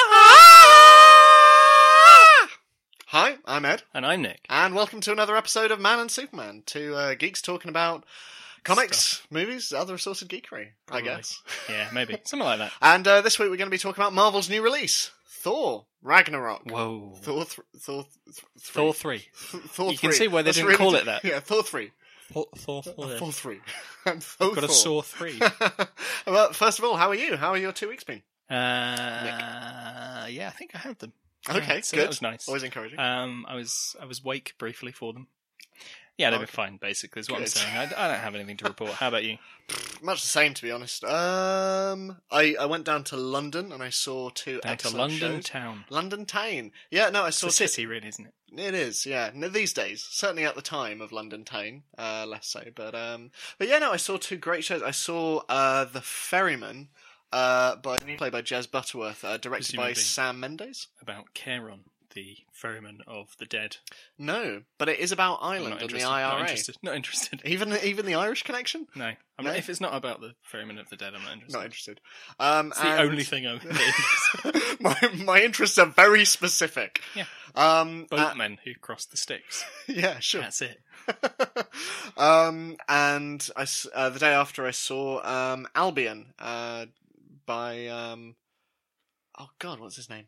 Ah! I'm Ed, And I'm Nick. and welcome to another episode of Man and Superman, two uh, geeks talking about comics, movies, other assorted geekery, I Probably. guess. Yeah, maybe. Something like that. And uh, this week we're going to be talking about Marvel's new release, Thor Ragnarok. Whoa. Thor, Thor, th- Thor, th- Thor three. 3. Th- Thor You can three. see why they That's didn't really call di- it that. Yeah, Thor three, Thor, Thor, Thor. Thor three, and Thor Got a four. sore 3. well, first of all, how are you? How are your two weeks been? Uh, yeah, I think I had them. Okay, Yeah, so good. That was nice. Always encouraging. Um, I was I was awake briefly for them. Yeah, they were Okay. fine. Basically, is what I'm Good. saying. I, I don't have anything to report. How about you? Much the same, to be honest. Um, I, I went down to London and I saw two Down to excellent London shows. town. London Town. Yeah, no, I It's saw a two- city, really, isn't it? It is, yeah. No, these days, certainly at the time of London Town, uh, less so. But um, but yeah, no, I saw two great shows. I saw uh, The Ferryman, uh, by played by Jez Butterworth, uh, directed by Presumably. Sam Mendes. About Charon, the ferryman of the dead. No, but it is about I'm Ireland not and interested. the Not IRA. interested. Not interested. Even even the Irish connection. No, No? I'm Not, if it's not about the ferryman of the dead, I'm not interested. Not interested. Um, it's the and- only thing I'm interested. my my interests are very specific. Yeah. Um. uh, Boatmen who crossed the Styx. yeah. Sure. That's it. um, and I s uh, the day after I saw um, Albion uh, by um, oh god, what's his name?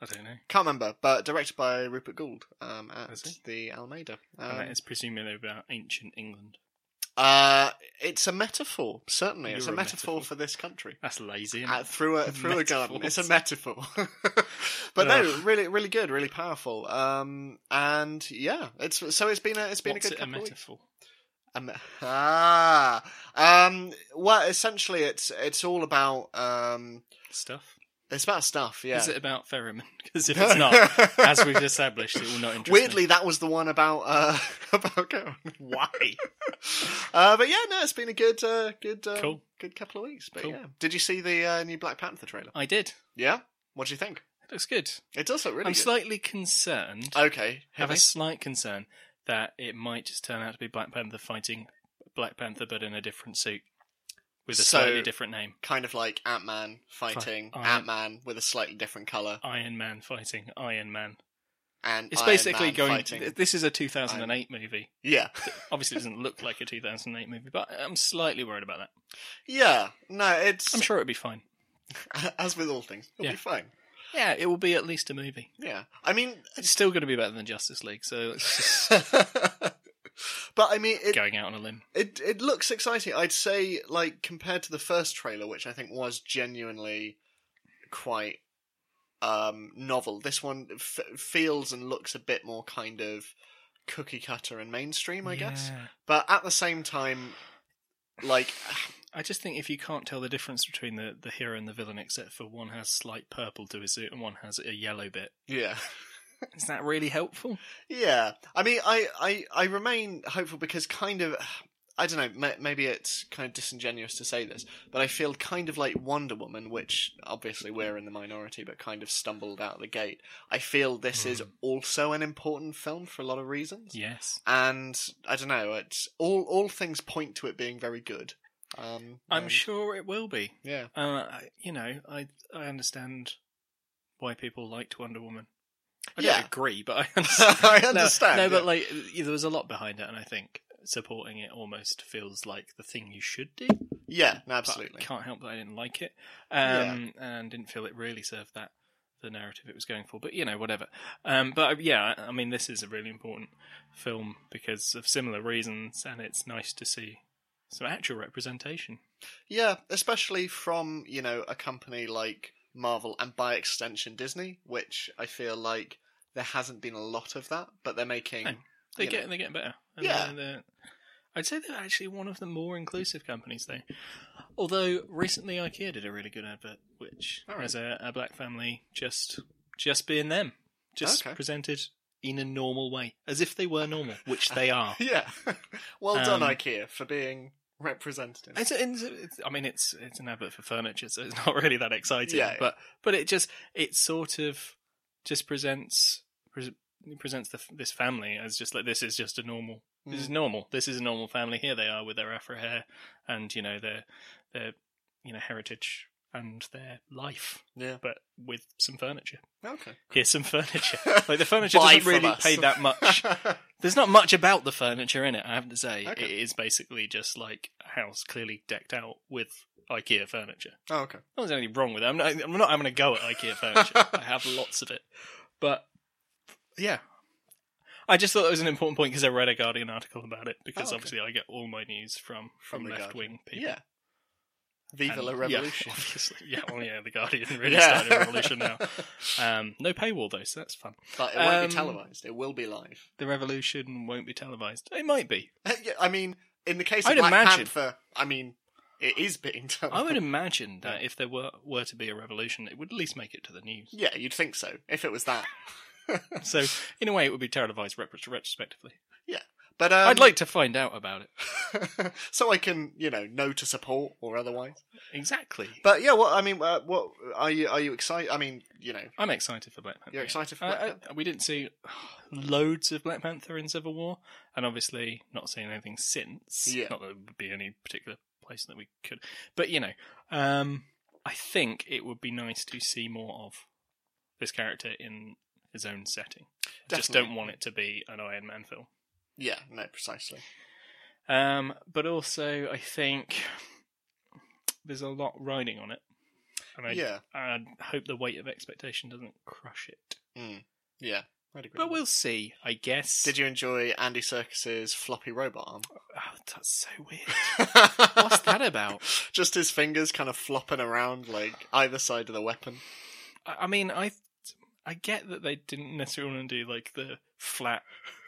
I don't know. Can't remember, but directed by Rupert Gould um, at Is he? the Almeida. and that Um, is presumably about ancient England. uh, it's a metaphor, certainly. it's a You're a metaphor, metaphor. for this country. That's lazy. Isn't Uh, it? through a through a garden. It's a Metaphors. metaphor, but no, Ugh. really, really good, really powerful. Um, and yeah, it's so it's been a it's been What's a good it a couple of weeks. metaphor? Um, ah, um, well, essentially, it's it's all about um, Stuff. it's about stuff. Yeah, Is it about ferryman? Because if it's not, as we've established, it will not interest me. Weirdly, that was the one about uh, about Karen. Why? Uh, but yeah, no, it's been a good, uh, good, um, Cool. good couple of weeks. But Cool. yeah, did you see the uh, new Black Panther trailer? I did. Yeah, what do you think? It looks good. It does look really I'm good. slightly concerned. I okay, have a Henry? slight concern that it might just turn out to be Black Panther fighting Black Panther, but in a different suit with a So- slightly different name. kind of like Ant Man fighting Iron- Ant Man with a slightly different color, Iron Man fighting Iron Man. and It's Iron basically Man going. Fighting... This is a 2008 movie. Yeah, Obviously, it doesn't look like a 2008 movie, but I'm slightly worried about that. yeah. No, it's I'm sure it'll be fine. As with all things, it'll Yeah. be fine. Yeah, it will be at least a movie. Yeah, I mean, It's still going to be better than Justice League, so it's but I mean, it, going out on a limb. it it looks exciting. I'd say, like compared to the first trailer, which I think was genuinely quite um novel. This one f- feels and looks a bit more kind of cookie cutter and mainstream, I guess. Yeah. But at the same time, like, I just think if you can't tell the difference between the, the hero and the villain, except for one has slight purple to his suit and one has a yellow bit, yeah. is that really helpful? Yeah, I mean, I, I, I remain hopeful because kind of, I don't know, ma- maybe it's kind of disingenuous to say this, but I feel kind of like Wonder Woman, which obviously we're in the minority, but kind of stumbled out the gate. I feel this is Hmm. also an important film for a lot of reasons, Yes. and I don't know, it's all all things point to it being very good. Um, I'm and- sure it will be. Yeah, Uh, I- you know, I I understand why people liked Wonder Woman. I don't Yeah. agree, but I understand. I No, understand. No, but yeah. like there was a lot behind it, and I think supporting it almost feels like the thing you should do. yeah, no, but absolutely. can't help that I didn't like it, Yeah. um, and didn't feel it really served that the narrative it was going for. But you know, whatever. Um, but uh, yeah, I I mean, this is a really important film because of similar reasons, and it's nice to see some actual representation. Yeah, especially from, you know, a company like Marvel and by extension Disney, which I feel like there hasn't been a lot of that, but they're making No. They you get know. they get better. And Yeah. they're- they're- I'd say they're actually one of the more inclusive companies, though. Although recently IKEA did a really good advert, which All right. has a, a black family just just being them, just Okay. presented in a normal way, as if they were normal, which they are. Yeah. well done Um, IKEA for being representative. It's, it's, it's, I mean, it's it's an advert for furniture, so it's not really that exciting. Yeah. But but it just it sort of just presents pres presents the, this family as just like this is just a normal This Mm. is normal. This is a normal family. Here they are with their afro hair and you know their their you know heritage and their life, Yeah. but with some furniture. Okay. Here's some furniture. Like the furniture Buy doesn't from really us. pay that much. There's not much about the furniture in it. I have to say, Okay. it is basically just like a house clearly decked out with IKEA furniture. oh, okay. There's anything wrong with it. I'm not, I'm not having a go at IKEA furniture. I have lots of it, but yeah, I just thought that was an important point because I read a Guardian article about it because Oh, okay. obviously I get all my news from From from, the left wing people. Yeah. Viva And- la yeah, revolution. obviously. Yeah, well, yeah, the Guardian really Yeah. started a revolution now. Um, no paywall though, so that's fun. But it won't Um, be televised. It will be live. The revolution won't be televised. It might be. Yeah, I mean, in the case of I'd Black imagine- Panther, I mean, it is being televised. I would imagine that if there were were to be a revolution, it would at least make it to the news. Yeah, you'd think so. If it was that. So, in a way, it would be televised retro- retrospectively. But um, I'd like to find out about it. so I can, you know, know to support or otherwise. Exactly. But yeah, what I mean, uh, what are you? Are you excited? I mean, you know, I'm excited for Black Panther. you're yeah. excited for Uh, Black uh, Panther? we didn't see loads of Black Panther in Civil War, and obviously not seeing anything since. Yeah. Not that there would be any particular place that we could, but you know, um, I think it would be nice to see more of this character in his own setting. I Just Definitely. don't want it to be an Iron Man film. Yeah, no, precisely. Um, but also, I think there's a lot riding on it, and I, yeah, I hope the weight of expectation doesn't crush it. yeah, I'd agree. But we'll see, I guess. Did you enjoy Andy Circus's floppy robot arm? Oh, that's so weird. What's that about? Just his fingers kind of flopping around like either side of the weapon. I, I mean, I I get that they didn't necessarily want to do like the flat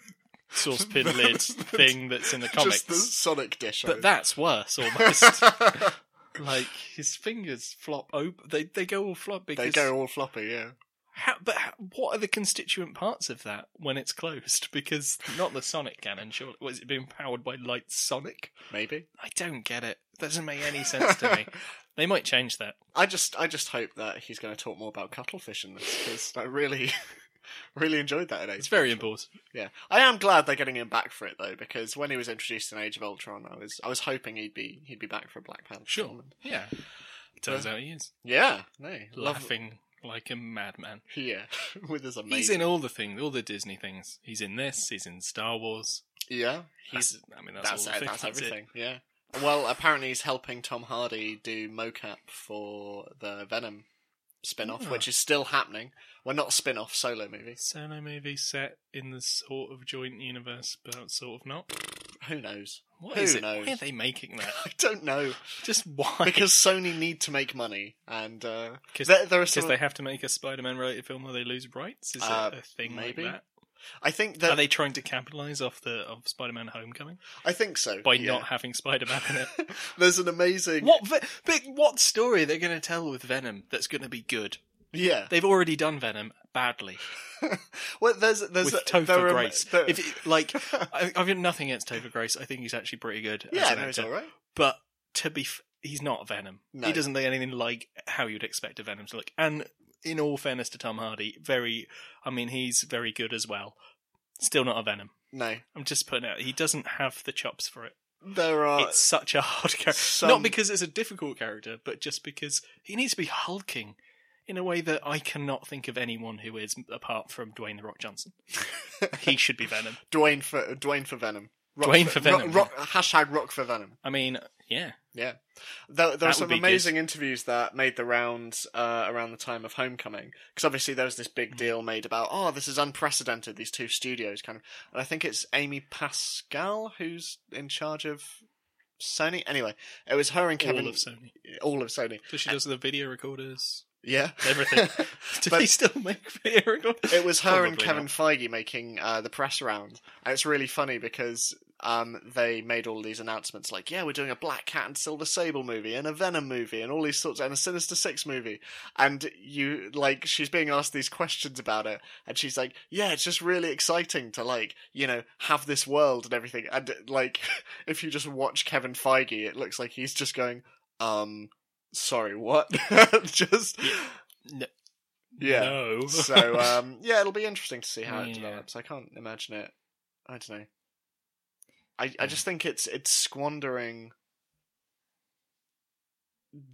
saucepan lid thing that's in the comics, Just the Sonic dish. I but would- that's worse almost. like his fingers flop open; they they go all flop because. they go all floppy. Yeah, How, but how, what are the constituent parts of that when it's closed? Because not the sonic cannon, surely. Was it being powered by light sonic? maybe. I don't get it. Doesn't make any sense to me. They might change that. I just, I just hope that he's going to talk more about cuttlefish in this because I really, really enjoyed that in Age. It's of very Ultron. important. Yeah, I am glad they're getting him back for it though because when he was introduced in Age of Ultron, I was, I was hoping he'd be, he'd be back for Black Panther. Sure. film. Yeah. Turns out he is. Yeah. No. Love. Laughing like a madman. Yeah. With his amazing. He's in all the things, all the Disney things. He's in this, he's in Star Wars. Yeah. He's. He's, I mean, that's, That's all it, the things. that's it. everything. Yeah. Well, apparently he's helping Tom Hardy do mocap for the Venom spin-off, Ah. which is still happening. Well, not spin-off, solo movie. Solo movie set in the sort of joint universe, but sort of not. Who knows? What Who is it? knows? Why are they making that? I don't know Just why? because Sony need to make money, and uh, Because there, there are because some. they have to make a Spider-Man related film where they lose rights. Is Uh, it a thing maybe. like that? I think Are that they trying to capitalize off the of Spider-Man Homecoming I think so. by yeah. not having Spider-Man in it? There's an amazing. what ve- but what story are they going to tell with Venom that's going to be good? Yeah. They've already done Venom badly Well, there's there's with a, there Topher are- Grace. there- If it, like, I, I've got nothing against Topher Grace. I think he's actually pretty good. as yeah, an no, it's actor. all right. But to be, f- he's not Venom. No. He doesn't look anything like how you'd expect a Venom to look. And in all fairness to Tom Hardy, very, I mean, he's very good as well. Still not a Venom. No, I'm just putting it. Out. He doesn't have the chops for it. there are. it's such a hard character. Uh, some- Not because it's a difficult character, but just because he needs to be hulking in a way that I cannot think of anyone who is apart from Dwayne the Rock Johnson. he should be Venom. Dwayne for Dwayne for Venom. Rock Dwayne for Venom, Rock, rock, hashtag Rock for Venom. I mean, yeah, Yeah, there, there are would some be good. amazing interviews that made the rounds uh, around the time of Homecoming because obviously there was this big Mm. deal made about oh this is unprecedented these two studios kind of and I think it's Amy Pascal who's in charge of Sony anyway it was her and Kevin all of Sony. all of Sony So she does the video recorders, yeah everything. Do But- they still make video recorders? It was her and Probably Kevin Feige making uh, the press round, and it's really funny because um, they made all these announcements like, "Yeah, we're doing a Black Cat and Silver Sable movie, and a Venom movie, and all these sorts, and a Sinister Six movie." And you like, she's being asked these questions about it, and she's like, "Yeah, it's just really exciting to like, you know, have this world and everything." And like, if you just watch Kevin Feige, it looks like he's just going, "Um, sorry, what?" just. No. Yeah No. so um, yeah, it'll be interesting to see how Yeah. it develops. I can't imagine it. I don't know. I I just think it's it's squandering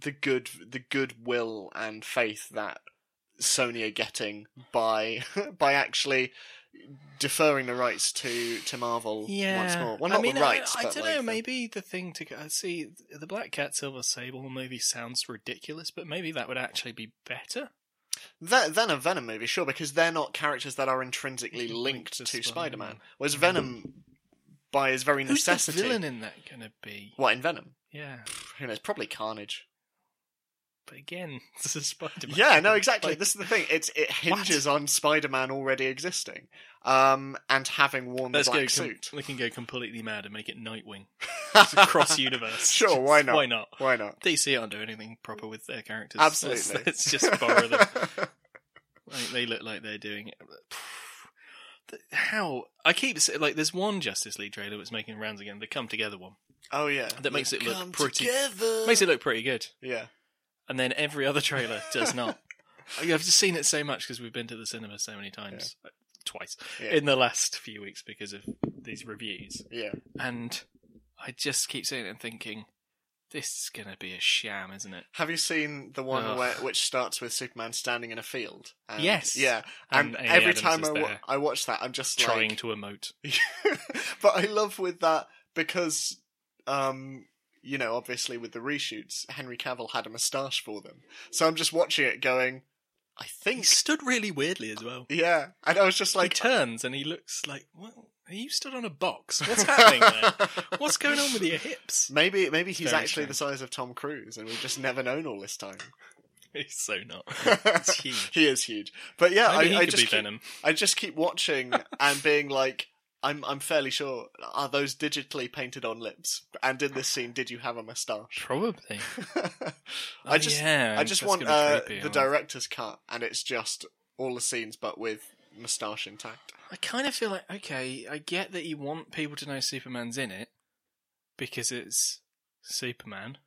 the good the goodwill and faith that Sony are getting by by actually deferring the rights to to Marvel once more. Well, not I mean, the rights. I, I but don't like know. the- Maybe the thing to go- see the Black Cat Silver Sable movie sounds ridiculous, but maybe that would actually be better. Th- than a Venom movie, sure, because they're not characters that are intrinsically linked to Spider-Man. Whereas Venom, by his very Mm. Who's necessity, the villain in that going to be? what in Venom? Yeah, Who knows? Probably Carnage. but again, this is Spider-Man. Yeah, no, exactly. Like, this is the thing. It's it What? hinges on Spider-Man already existing, um, and having worn the Let's go. black com- suit. we can go completely mad and make it Nightwing. It's a cross universe. Sure, why not? Why not? Why not? DC aren't doing anything proper with their characters. Absolutely. Let's, let's just borrow them. Like, they look like they're doing it. The- How I keep s- like there's one Justice League trailer that's making rounds again, the Come Together one, oh yeah, That makes We've it look come pretty- Together. makes it look pretty good, yeah. and then every other trailer does not. I've just seen it so much because we've been to the cinema so many times, uh, twice Yeah. in the last few weeks because of these reviews, Yeah, and I just keep seeing it and thinking, this is gonna be a sham, isn't it? have you seen the one Ugh. where which starts with Superman standing in a field? And, Yes. yeah. And And, Amy every Adams time is I, wa- there. I watch that, I'm just Trying like, to emote. but I love with that because, um, you know, obviously with the reshoots, Henry Cavill had a moustache for them. So I'm just watching it, going, I He think, stood really weirdly as well. yeah. And I was just Like, he like, turns and he looks like, what? Are you stood on a box? What's happening there? What's going on with your hips? Maybe, maybe he's very actually the size of Tom Cruise, and we've just never known all this time. He's so not. It's he huge. is huge, but yeah, Maybe he I, I could just be keep, Venom. I just keep watching and being like, I'm I'm fairly sure are those digitally painted on lips? And in this scene, did you have a moustache? Probably. I Oh, just yeah, I just that's want gonna be uh, creepy, the huh? director's cut, and it's just all the scenes but with moustache intact. I kind of feel like okay, I get that you want people to know Superman's in it because it's Superman,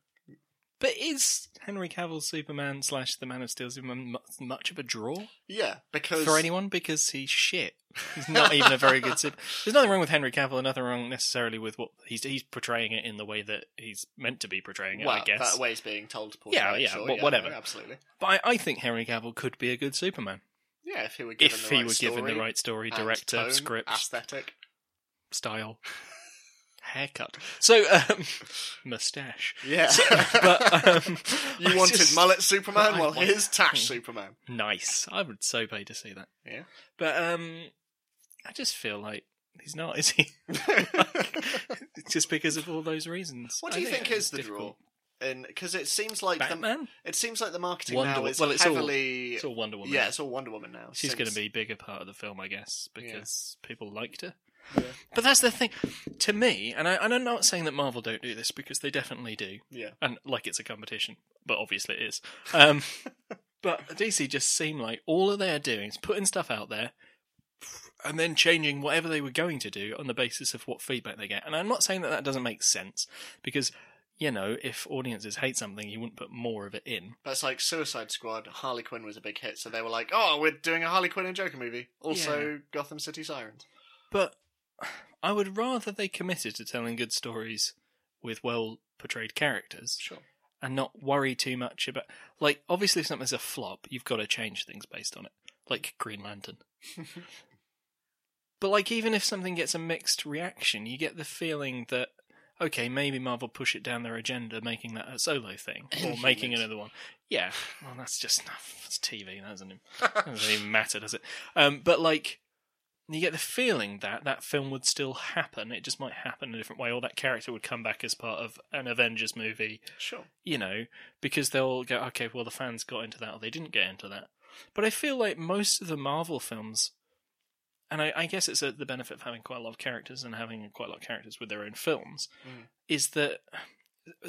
but is Henry Cavill's Superman slash the Man of Steel Superman mu- much of a draw Yeah, because for anyone? Because he's shit. He's not even a very good Superman. There's nothing wrong with Henry Cavill, and nothing wrong necessarily with what he's he's portraying it in the way that he's meant to be portraying it. well, I guess. that way's being told. To Paul Yeah, Rudd, yeah, sure, wha- whatever. absolutely. But I, I think Henry Cavill could be a good Superman Yeah, if he were given if the he right were story, given the right story, and director, tone, script, aesthetic. style, haircut. So, um, mustache. Yeah, But um, you I wanted just- mullet Superman. I Well, want- here's Tash Superman. Nice. I would so pay to see that. Yeah. But um, I just feel like he's not, is he? just because of all those reasons. What I do you think it's is the difficult. draw? Because it seems like the, Batman. it seems like the marketing Wonder now is well, it's all- heavily It's all Wonder Woman. yeah, it's all Wonder Woman now. She's going to since- be a bigger part of the film, I guess, because people liked her. Yeah. But that's the thing. To me, and, I, and I'm not saying that Marvel don't do this because they definitely do, yeah. and like it's a competition, but obviously it is. Um, but DC just seem like all of they're doing is putting stuff out there and then changing whatever they were going to do on the basis of what feedback they get. And I'm not saying that that doesn't make sense because, you know, if audiences hate something, you wouldn't put more of it in. But it's like Suicide Squad. Harley Quinn was a big hit, so they were like, "Oh, we're doing a Harley Quinn and Joker movie." Also, Gotham City Sirens. But I would rather they committed to telling good stories with well portrayed characters. Sure. and not worry too much about like obviously if something's a flop you've got to change things based on it like green lantern but like even if something gets a mixed reaction you get the feeling that okay maybe marvel push it down their agenda making that a solo thing or making Inhumans. another one yeah well that's just that's tv that doesn't, that doesn't even matter does it um, but like you get the feeling that that film would still happen it just might happen in a different way or that character would come back as part of an avengers movie Sure. you know, because they'll go, okay, well, the fans got into that or they didn't get into that. But I feel like most of the Marvel films, and I, I guess it's at the benefit of having quite a lot of characters and having quite a lot of characters with their own films, Mm. is that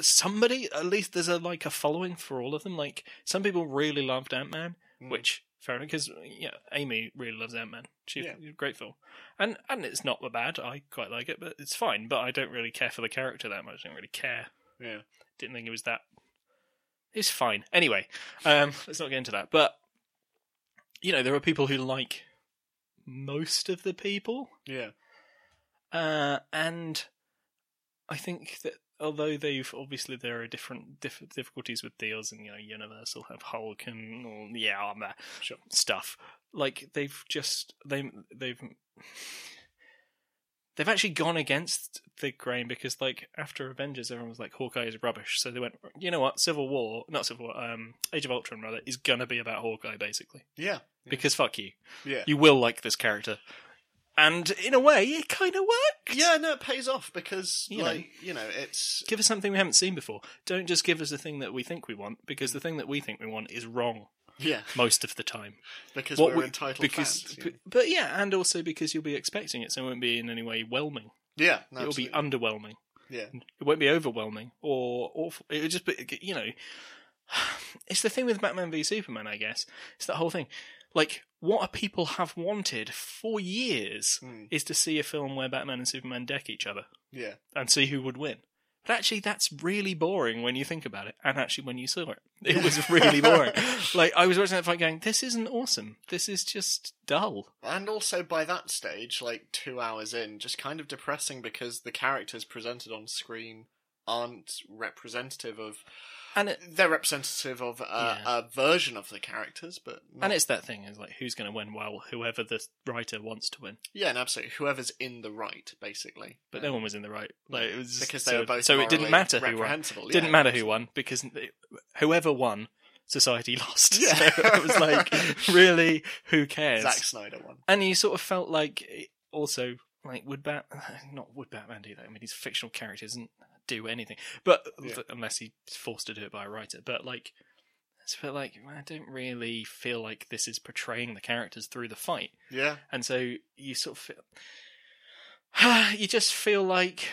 somebody, at least there's a like a following for all of them. Like some people really loved Ant Man, Mm. which fair enough, because yeah, Amy really loves Ant Man. She's Yeah. grateful, and and it's not bad. I quite like it, but it's fine. But I don't really care for the character that much. I don't really care Yeah. didn't think it was that. It's fine. Anyway, um, let's not get into that. But you know, there are people who like most of the people, Yeah. uh, and I think that although they've obviously there are different diff- difficulties with deals, and you know Universal have Hulk and all, yeah, all that Sure. stuff. Like they've just they they've they've actually gone against the grain because like after Avengers, everyone was like Hawkeye is rubbish, so they went, you know what, Civil War, not Civil War, um, Age of Ultron rather is gonna be about Hawkeye basically Yeah. because fuck you, Yeah. you will like this character, and in a way it kind of worked. Yeah, no, it pays off because, You know. like, you know, it's Give us something we haven't seen before. Don't just give us the thing that we think we want, because the thing that we think we want is wrong yeah most of the time. because What we're we- entitled Because, fans. you but, but yeah, and also because you'll be expecting it, so it won't be in any way whelming. know. yeah, no, It'll be absolutely. underwhelming. yeah, It won't be overwhelming or awful. It'll just be, you know, it's the thing with Batman v Superman. I guess it's that whole thing. Like, what people have wanted for years Mm. is to see a film where Batman and Superman deck each other. yeah, and see who would win. But actually, that's really boring when you think about it. And actually, when you saw it, it was really boring. like I was watching that fight, going, "This isn't awesome. This is just dull." and also by that stage, like two hours in, just kind of depressing because the characters presented on screen aren't representative of And it, they're representative of a, Yeah. a version of the characters, but not, and it's that thing is like, who's going to win? Well, whoever the writer wants to win. yeah, and absolutely whoever's in the right, basically. But no one was in the right. Like it was just- because so, they were both so it morally didn't matter who won. reprehensible. yeah. Didn't matter who won because it- whoever won, society lost. Yeah. So it was like, really, who cares? Zack Snyder won. and you sort of felt like it- also like would bat not would batman do that i mean he's a fictional character he doesn't do anything but Yeah. but unless he's forced to do it by a writer but like it's felt like i don't really feel like this is portraying the characters through the fight Yeah, and so you sort of feel you just feel like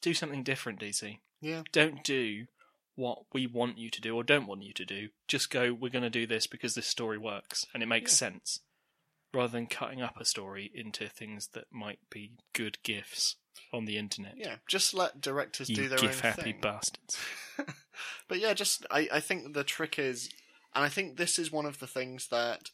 do something different dc Yeah. don't do what we want you to do or don't want you to do just go we're going to do this because this story works and it makes Yeah. sense rather than cutting up a story into things that might be good gifts on the internet yeah. Just let directors you do their gif own happy thing. bastards but yeah, just I, I think the trick is, and I think this is one of the things that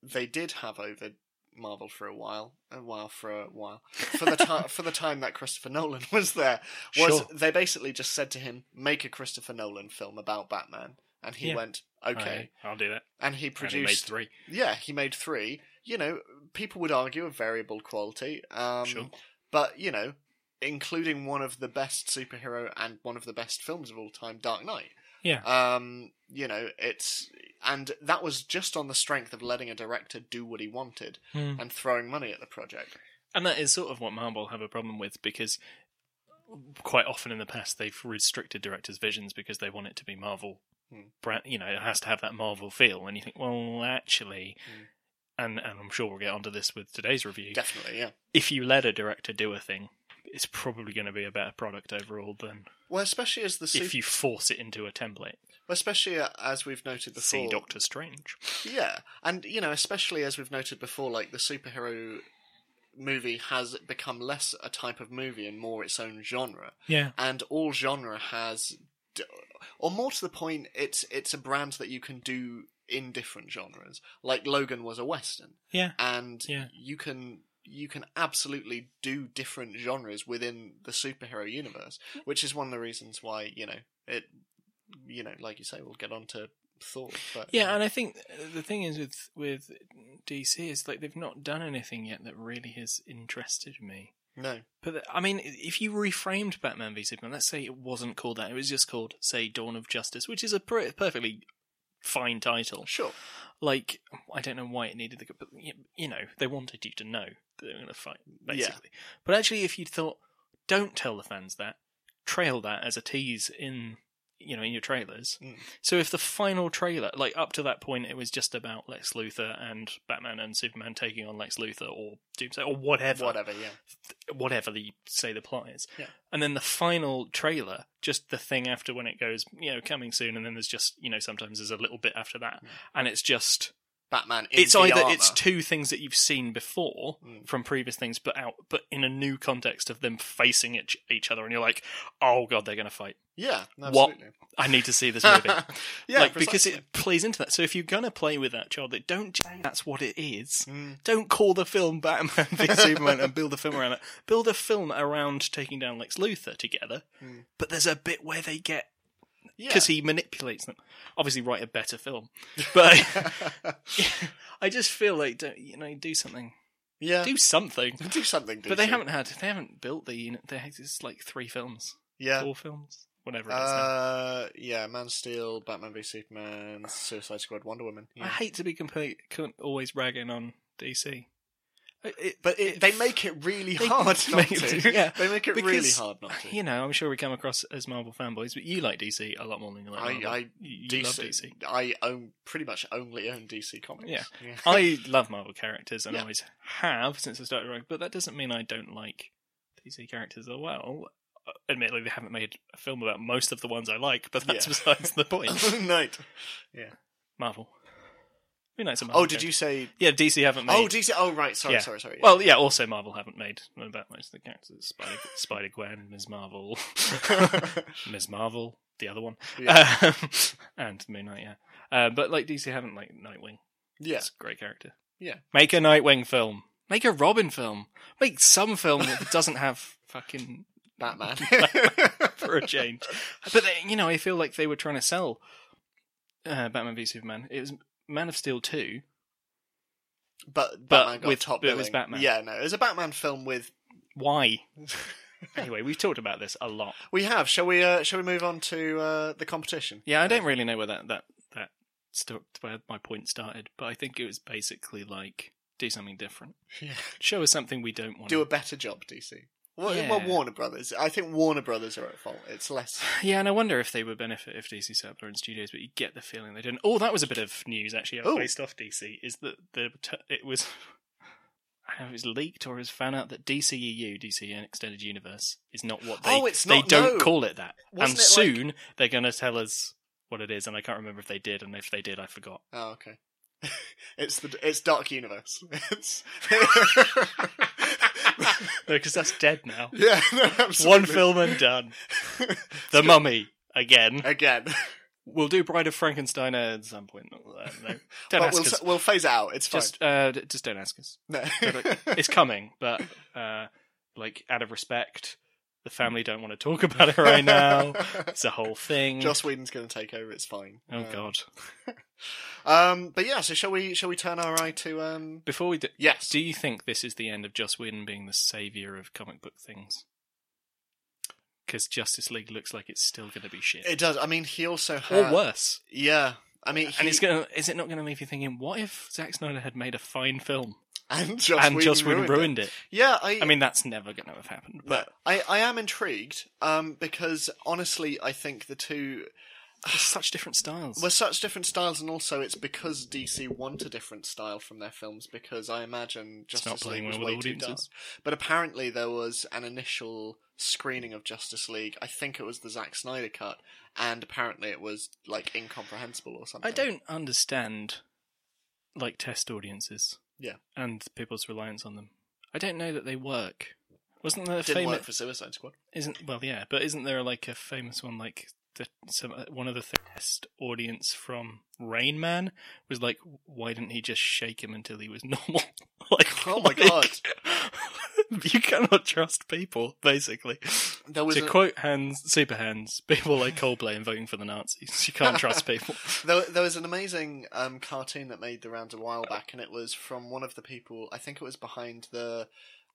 they did have over Marvel for a while, a while for a while, for the time for the time that Christopher Nolan was there. Was Sure. they basically just said to him, make a Christopher Nolan film about Batman, and he Yeah. went okay, I- i'll do that and he And he made produced three yeah, he made three. You know, people would argue a variable quality. Um, Sure. But, you know, including one of the best superhero and one of the best films of all time, Dark Knight. Yeah. Um, you know, it's. And that was just on the strength of letting a director do what he wanted Hmm. and throwing money at the project. And that is sort of what Marvel have a problem with because quite often in the past they've restricted directors' visions because they want it to be Marvel. Hmm. Brand, you know, it has to have that Marvel feel. And you think, well, actually, Hmm. and and I'm sure we'll get onto this with today's review. Definitely, yeah. If you let a director do a thing, it's probably going to be a better product overall than Well, especially as the if super, you force it into a template. especially uh, as we've noted before, See Doctor Strange. Yeah, and you know, especially as we've noted before, like the superhero movie has become less a type of movie and more its own genre, Yeah. and all genre has, d- or more to the point, it's it's a brand that you can do in different genres. Like Logan was a western, Yeah. and Yeah. you can you can absolutely do different genres within the superhero universe, which is one of the reasons why you know it, you know, like you say, we'll get on to Thor, but Yeah, and I think the thing is with with DC is like they've not done anything yet that really has interested me. no, But the- I mean, if you reframed Batman v Superman, let's say it wasn't called that; it was just called, say, Dawn of Justice, which is a per- perfectly fine title. sure. Like, I don't know why it needed the, but y- you know, they wanted you to know that they were going to fight, basically. But actually, if you'd thought, don't tell the fans that, trail that as a tease in, you know, in your trailers. Mm. So if the final trailer, like up to that point, it was just about Lex Luthor and Batman and Superman taking on Lex Luthor or Doomsday or whatever, whatever. Yeah, whatever the say the plot is. Yeah. And then the final trailer, just the thing after Mm. when it goes, you know, coming soon, and then there's just you know sometimes there's a little bit after that, Yeah. and it's just Batman. In it's the either armor. it's two things that you've seen before Mm. from previous things, but out but in a new context of them facing each, each other, and you're like, oh god, they're gonna fight. yeah, what absolutely. I need to see this movie. yeah, like because precisely. it plays into that. So if you're gonna play with that child, that don't j- that's what it is. Mm. Don't call the film Batman v Superman and build a film around it. Build a film around taking down Lex Luthor together. Mm. But there's a bit where they get yeah. because he manipulates them. Obviously, write a better film. But I just feel like don't, you know, do something, yeah, do something. do, something. But they DC. haven't had, they haven't built the unit. They it's like three films, Yeah, four films, whatever it is. now. Uh, yeah, Man of Steel, Batman v Superman, Suicide Squad, Wonder Woman. I Yeah. hate to be complete, couldn't always ragging on DC. It- it- But it, they make it really hard not make to. it- yeah, they make it really because, hard not to. you know, I'm sure we come across as Marvel fanboys, but you like DC a lot more than you like I- Marvel. I- You- you love DC. I own pretty much only own DC comics. Yeah. yeah. I love Marvel characters and Yeah. always have since I started writing, but that doesn't mean I don't like DC characters as well. Uh, Admittedly, they haven't made a film about most of the ones I like, but that's Yeah. besides the point. Night. Marvel. We like some Marvel Oh, did you say? characters. Yeah, DC haven't made. Oh, DC. Oh, right. Sorry, Yeah. sorry, sorry. yeah. well, yeah, also Marvel haven't made about most of the characters. Spider, Spider Gwen, Ms. Marvel, Ms. Marvel, the other one, yeah. um, and Moon Knight. Yeah, uh, but like DC haven't like Nightwing. yeah. It's a great character. Yeah. Make a Nightwing film. Make a Robin film. Make some film that doesn't have fucking Batman. for a change. But they, you know, I feel like they were trying to sell uh, Batman v Superman. It was Man of Steel two. but Batman got with- top but it billing. was Batman. Yeah, no, it was a Batman film with. Why? anyway, we've talked about this a lot. We have. Shall we? Uh, shall we move on to uh, the competition? Yeah, I don't really know where that that that stuck where my point started, but I think it was basically like do something different. Yeah. Show us something we don't want. Do a better job, DC. Well, Yeah. well, Warner Brothers. I think Warner Brothers are at fault. It's less. Yeah, and I wonder if they would benefit if DC set up their own studios, but you get the feeling they didn't. Oh, that was a bit of news actually, Ooh. based off DC, is that the it was I don't know if it was leaked or it was found out that E DCEU, DC Extended Universe, is not what they Oh, it's they not- don't no. call it that. Wasn't and it like- soon they're going to tell us what it is, and I can't remember if they did, and if they did, I forgot. Oh, okay. it's the it's Dark Universe. It's No, because that's dead now. yeah, no, absolutely. One film and done. The Mummy again. again. We'll do Bride of Frankenstein at some point. Uh, no. Don't But ask we'll us. s- we'll phase it out. It's fine. Just, uh, d- just don't ask us. no. It's coming, but uh, like out of respect, the family don't want to talk about it right now. It's a whole thing. Joss Whedon's going to take over. It's fine. Mm. oh Uh, god! Um, but yeah. So shall we? Shall we turn our eye to um? Before we do, Yes. do you think this is the end of Joss Whedon being the savior of comic book things? Because Justice League looks like it's still going to be shit, It does. I mean, he also or had. worse. Yeah. I mean, he, And it's gonna, is it not going to leave you thinking, what if Zack Snyder had made a fine film and Joss and Whedon Joss Whedon ruined, ruined, it. it? Yeah. I. I mean, that's never going to have happened. But But I, I am intrigued um, because honestly, I think the two there's such different styles. were such different styles, and also it's because DC want a different style from their films. Because I imagine not Justice playing League was well way with too dark. audiences. But apparently, there was an initial screening of Justice League. I think it was the Zack Snyder cut, and apparently it was like incomprehensible or something. I don't understand like test audiences. Yeah. And people's reliance on them. I don't know that they work. Wasn't there a Didn't famous work for Suicide Squad. isn't well yeah, but isn't there like a famous one like the some uh, one of the th- test audience from Rain Man was like why didn't he just shake him until he was normal? like Oh my like- God. you cannot trust people basically. There was To a- quote hands super hands, people like Coldplay and voting for the Nazis. You can't trust people. There, there was an amazing um, cartoon that made the rounds a while back, and it was from one of the people. I think it was behind the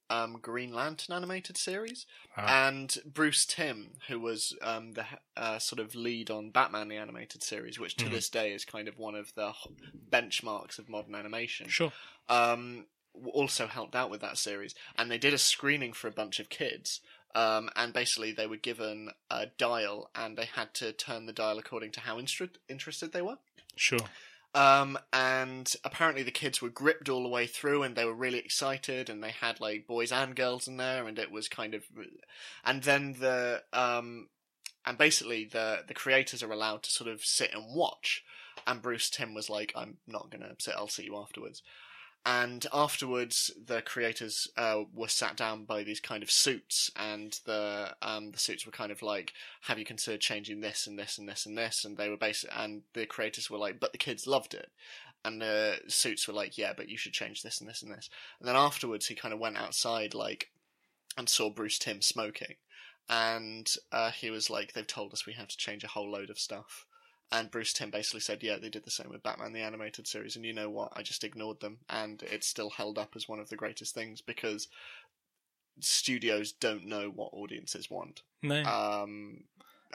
um, Green Lantern animated series, Ah. and Bruce Tim, who was um, the uh, sort of lead on Batman the animated series, which to Mhm. this day is kind of one of the h- benchmarks of modern animation Sure. um, w- also helped out with that series, and they did a screening for a bunch of kids. Um, and basically, they were given a dial, and they had to turn the dial according to how instru- interested they were. Sure. Um, and apparently, the kids were gripped all the way through, and they were really excited, and they had like boys and girls in there, and it was kind of, and then the um, and basically the the creators are allowed to sort of sit and watch. and Bruce Tim was like, "I'm not gonna sit. I'll see you afterwards." And afterwards, the creators uh, were sat down by these kind of suits, and the um, the suits were kind of like, "Have you considered changing this and this and this and this?" And they were basic, and the creators were like, "But the kids loved it." And the suits were like, "Yeah, but you should change this and this and this." And then afterwards, he kind of went outside, like, and saw Bruce Tim smoking, and uh, he was like, "They've told us we have to change a whole load of stuff." And Bruce Tim basically said, "Yeah, they did the same with Batman the animated series, and you know what? I just ignored them, and it's still held up as one of the greatest things because studios don't know what audiences want." No. Um,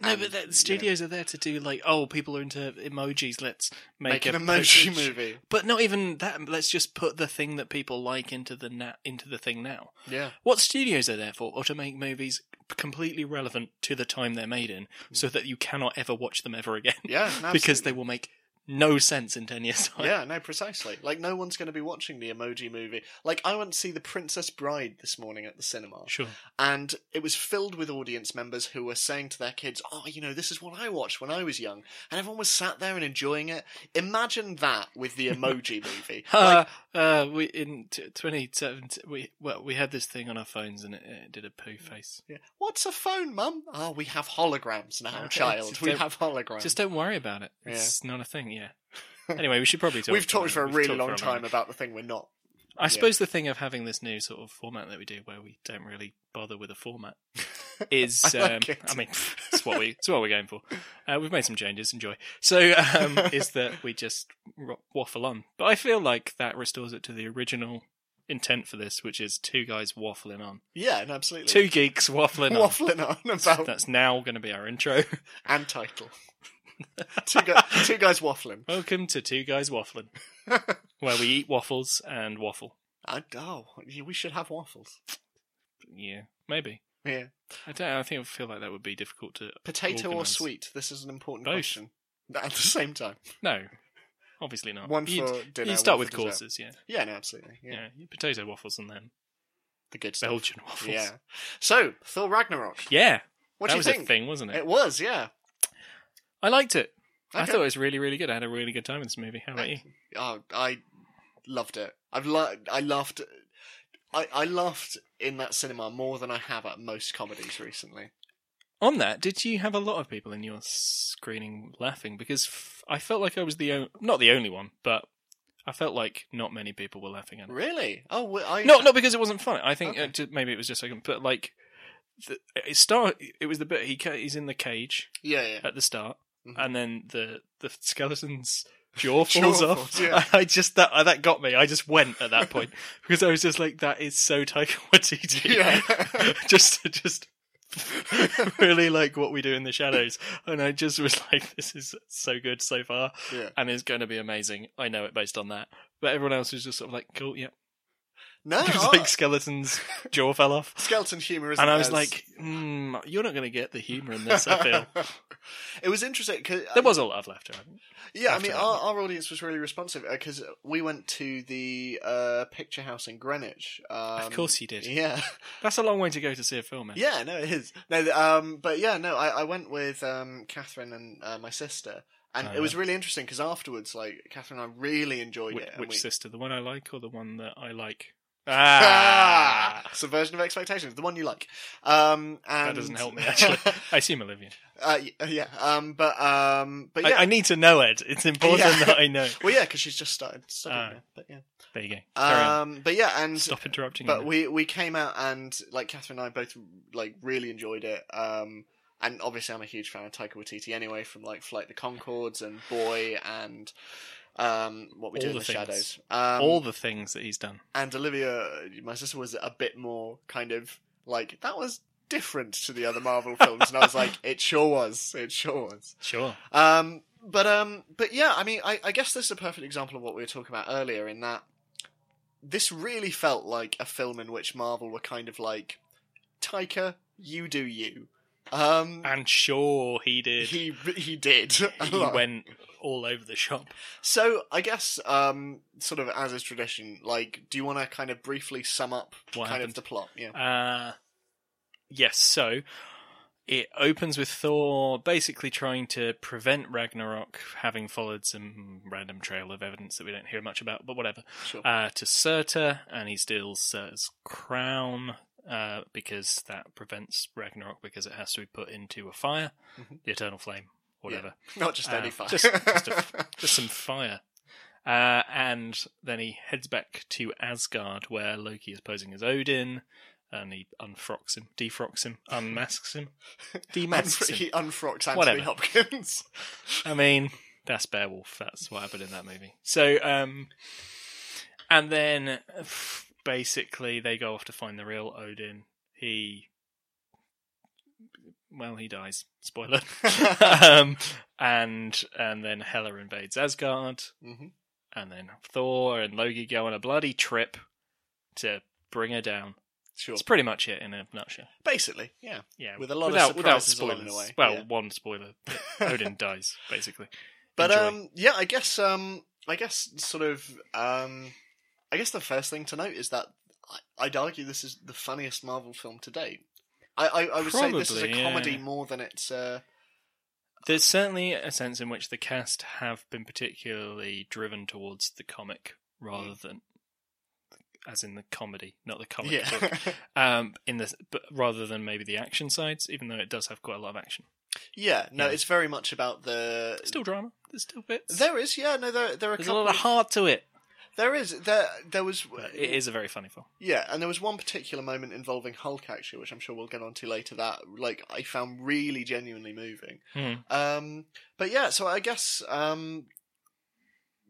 no, and, but you the know, studios are there to do like, oh, people are into emojis. Let's make, make a an emoji postage. movie. But not even that. Let's just put the thing that people like into the na- into the thing now. Yeah, What studios are there for? Or to make movies completely relevant to the time they're made in, so that you cannot ever watch them ever again. yeah, no, because Hmm. absolutely. they will make no sense in ten years time. Yeah, no, precisely. Like, no one's going to be watching the emoji movie. Like, I went to see The Princess Bride this morning at the cinema. Sure. and it was filled with audience members who were saying to their kids, "Oh, you know, this is what I watched when I was young," and everyone was sat there and enjoying it. Imagine that with the emoji movie. Uh, uh, we in t- 2017 we well we had this thing on our phones and it, it did a poo Hmm. face. Yeah. What's a phone, Mum? Oh, we have holograms now, Yeah, child. it's- We don't- have holograms. Just don't worry about it. It's not a thing. Yeah. Anyway, we should probably talk. We've talked about for a it. We've really talked long for a moment. time about the thing we're not. I suppose the thing of having this new sort of format that we do, where we don't really bother with a format, is I um, like it. I mean, it's what we it's what we're going for. Uh, we've made some changes. Enjoy. So um, is that we just ro- waffle on? But I feel like that restores it to the original intent for this, which is two guys waffling on, Yeah, and absolutely. two geeks waffling on. Waffling on about That's now going to be our intro. and title. two, gu- two guys waffling. Welcome to Two Guys Waffling, where we eat waffles and waffle. I, oh, we should have waffles. Yeah, maybe. Yeah. I don't. I think I feel like that would be difficult to Potato or organise. sweet? This is an important Both. question. At the same time. No, obviously not. One you for dinner. you Oh, start one with for dessert. courses, yeah. Yeah, no, absolutely. Yeah. yeah, Potato waffles and then The good stuff. Belgian waffles. Yeah. So, Thor Ragnarok. yeah. What that do you was think? a thing, wasn't it? It was, yeah. I liked it. I Okay. thought it was really, really good. I had a really good time in this movie. How about you? Oh, I loved it. I've lo- I laughed. I, I laughed in that cinema more than I have at most comedies recently. On that, did you have a lot of people in your screening laughing? Because f- I felt like I was the on- not the only one, but I felt like not many people were laughing at it. Really? Oh, well, I No, not because it wasn't funny. I think Okay. uh, ju- maybe it was just like, but like, the, it start. It was the bit he ca- he's in the cage Yeah, yeah. at the start, Mhm. and then the the skeleton's jaw falls Jaw off. falls, yeah. I just that uh, that got me. I just went at that point because I was just like, that is so Taika Waititi. Yeah. just just really like what we do in the shadows, and I just was like, this is so good so far, yeah. and it's going to be amazing. I know it based on that. But everyone else was just sort of like, cool, yeah. No, It was oh, like skeleton's jaw fell off. skeleton humor is. And I was like, mm, you're not going to get the humour in this, I feel. it was interesting because There was a lot of laughter. I think. Um, Yeah, I after mean, that. our, our audience was really responsive because we went to the uh, picture house in Greenwich. Um, Of course you did. Yeah, That's a long way to go to see a film, eh? man. yeah, no, it is. No, th- um, but yeah, no, I, I went with um, Catherine and uh, my sister, and Oh, it was yeah. really interesting because afterwards, like Catherine and I really enjoyed Which, it. and which oh, we- sister? The one I like or the one that I like? Ah, Ah! subversion of expectations, the one you like. Um, and... That doesn't help me, actually. I assume Olivia. uh, y- yeah, um, but um, but yeah, I, I need to know, Ed. It's important Yeah. that I know. well, yeah, because she's just started studying, Ah. now, but yeah, There you go. Carry on. um, but yeah, and Stop interrupting but me. we we came out and like Catherine and I both like really enjoyed it. Um, and obviously I'm a huge fan of Taika Waititi anyway, from like Flight the Concords and Boy and um what we All do in the the things. shadows. Um, All the things that he's done. and Olivia, my sister, was a bit more kind of like that was different to the other Marvel films, and I was like, it sure was, it sure was. Sure. Um, but um, but yeah, I mean, I, I guess this is a perfect example of what we were talking about earlier. In that, this really felt like a film in which Marvel were kind of like, Taika, you do you. Um, And sure, he did. He, he he did. went all over the shop. So I guess, um, sort of as is tradition, like, do you want to kind of briefly sum up What kind happened? of the plot? Yeah. Uh, yes, Uh, so it opens with Thor basically trying to prevent Ragnarok, having followed some random trail of evidence that we don't hear much about, but whatever, Sure. uh, to Surtur, and he steals Surtur's crown uh, because that prevents Ragnarok because it has to be put into a fire, Mhm. the eternal flame, whatever Not just any uh, fire. Just, just, a- just some fire. Uh, and then he heads back to Asgard, where Loki is posing as Odin, and he unfrocks him, defrocks him, unmasks him, demasks him. he unfrocks Anthony Whatever. Hopkins. I mean, that's Beowulf. That's what happened in that movie. So, um, and then f- basically they go off to find the real Odin. He, well, he dies. Spoiler. um, and and then Hela invades Asgard, hmm and then Thor and Loki go on a bloody trip to bring her down. Sure. That's pretty much it in a nutshell. Basically, yeah. Yeah, With a lot of without surprises along spoilers. the way, Well, yeah. one spoiler: Odin dies basically. But Enjoy. um, yeah, I guess um, I guess sort of um, I guess the first thing to note is that I- I'd argue this is the funniest Marvel film to date. I, I, I would say this is a Probably, comedy yeah. more than it's. Uh, There's certainly a sense in which the cast have been particularly driven towards the comic rather Mm. than, as in the comedy, not the comic yeah, book. Um, in the but rather than maybe the action sides, even though it does have quite a lot of action. yeah. No, Yeah. it's very much about the. Still drama. There's still bits. There is, yeah. No, there there are a There's a couple. lot of heart to it. there is there there was. But it is a very funny film. Yeah, and there was one particular moment involving Hulk actually, which I'm sure we'll get onto later. That like I found really genuinely moving. Hmm. Um, but yeah, so I guess um,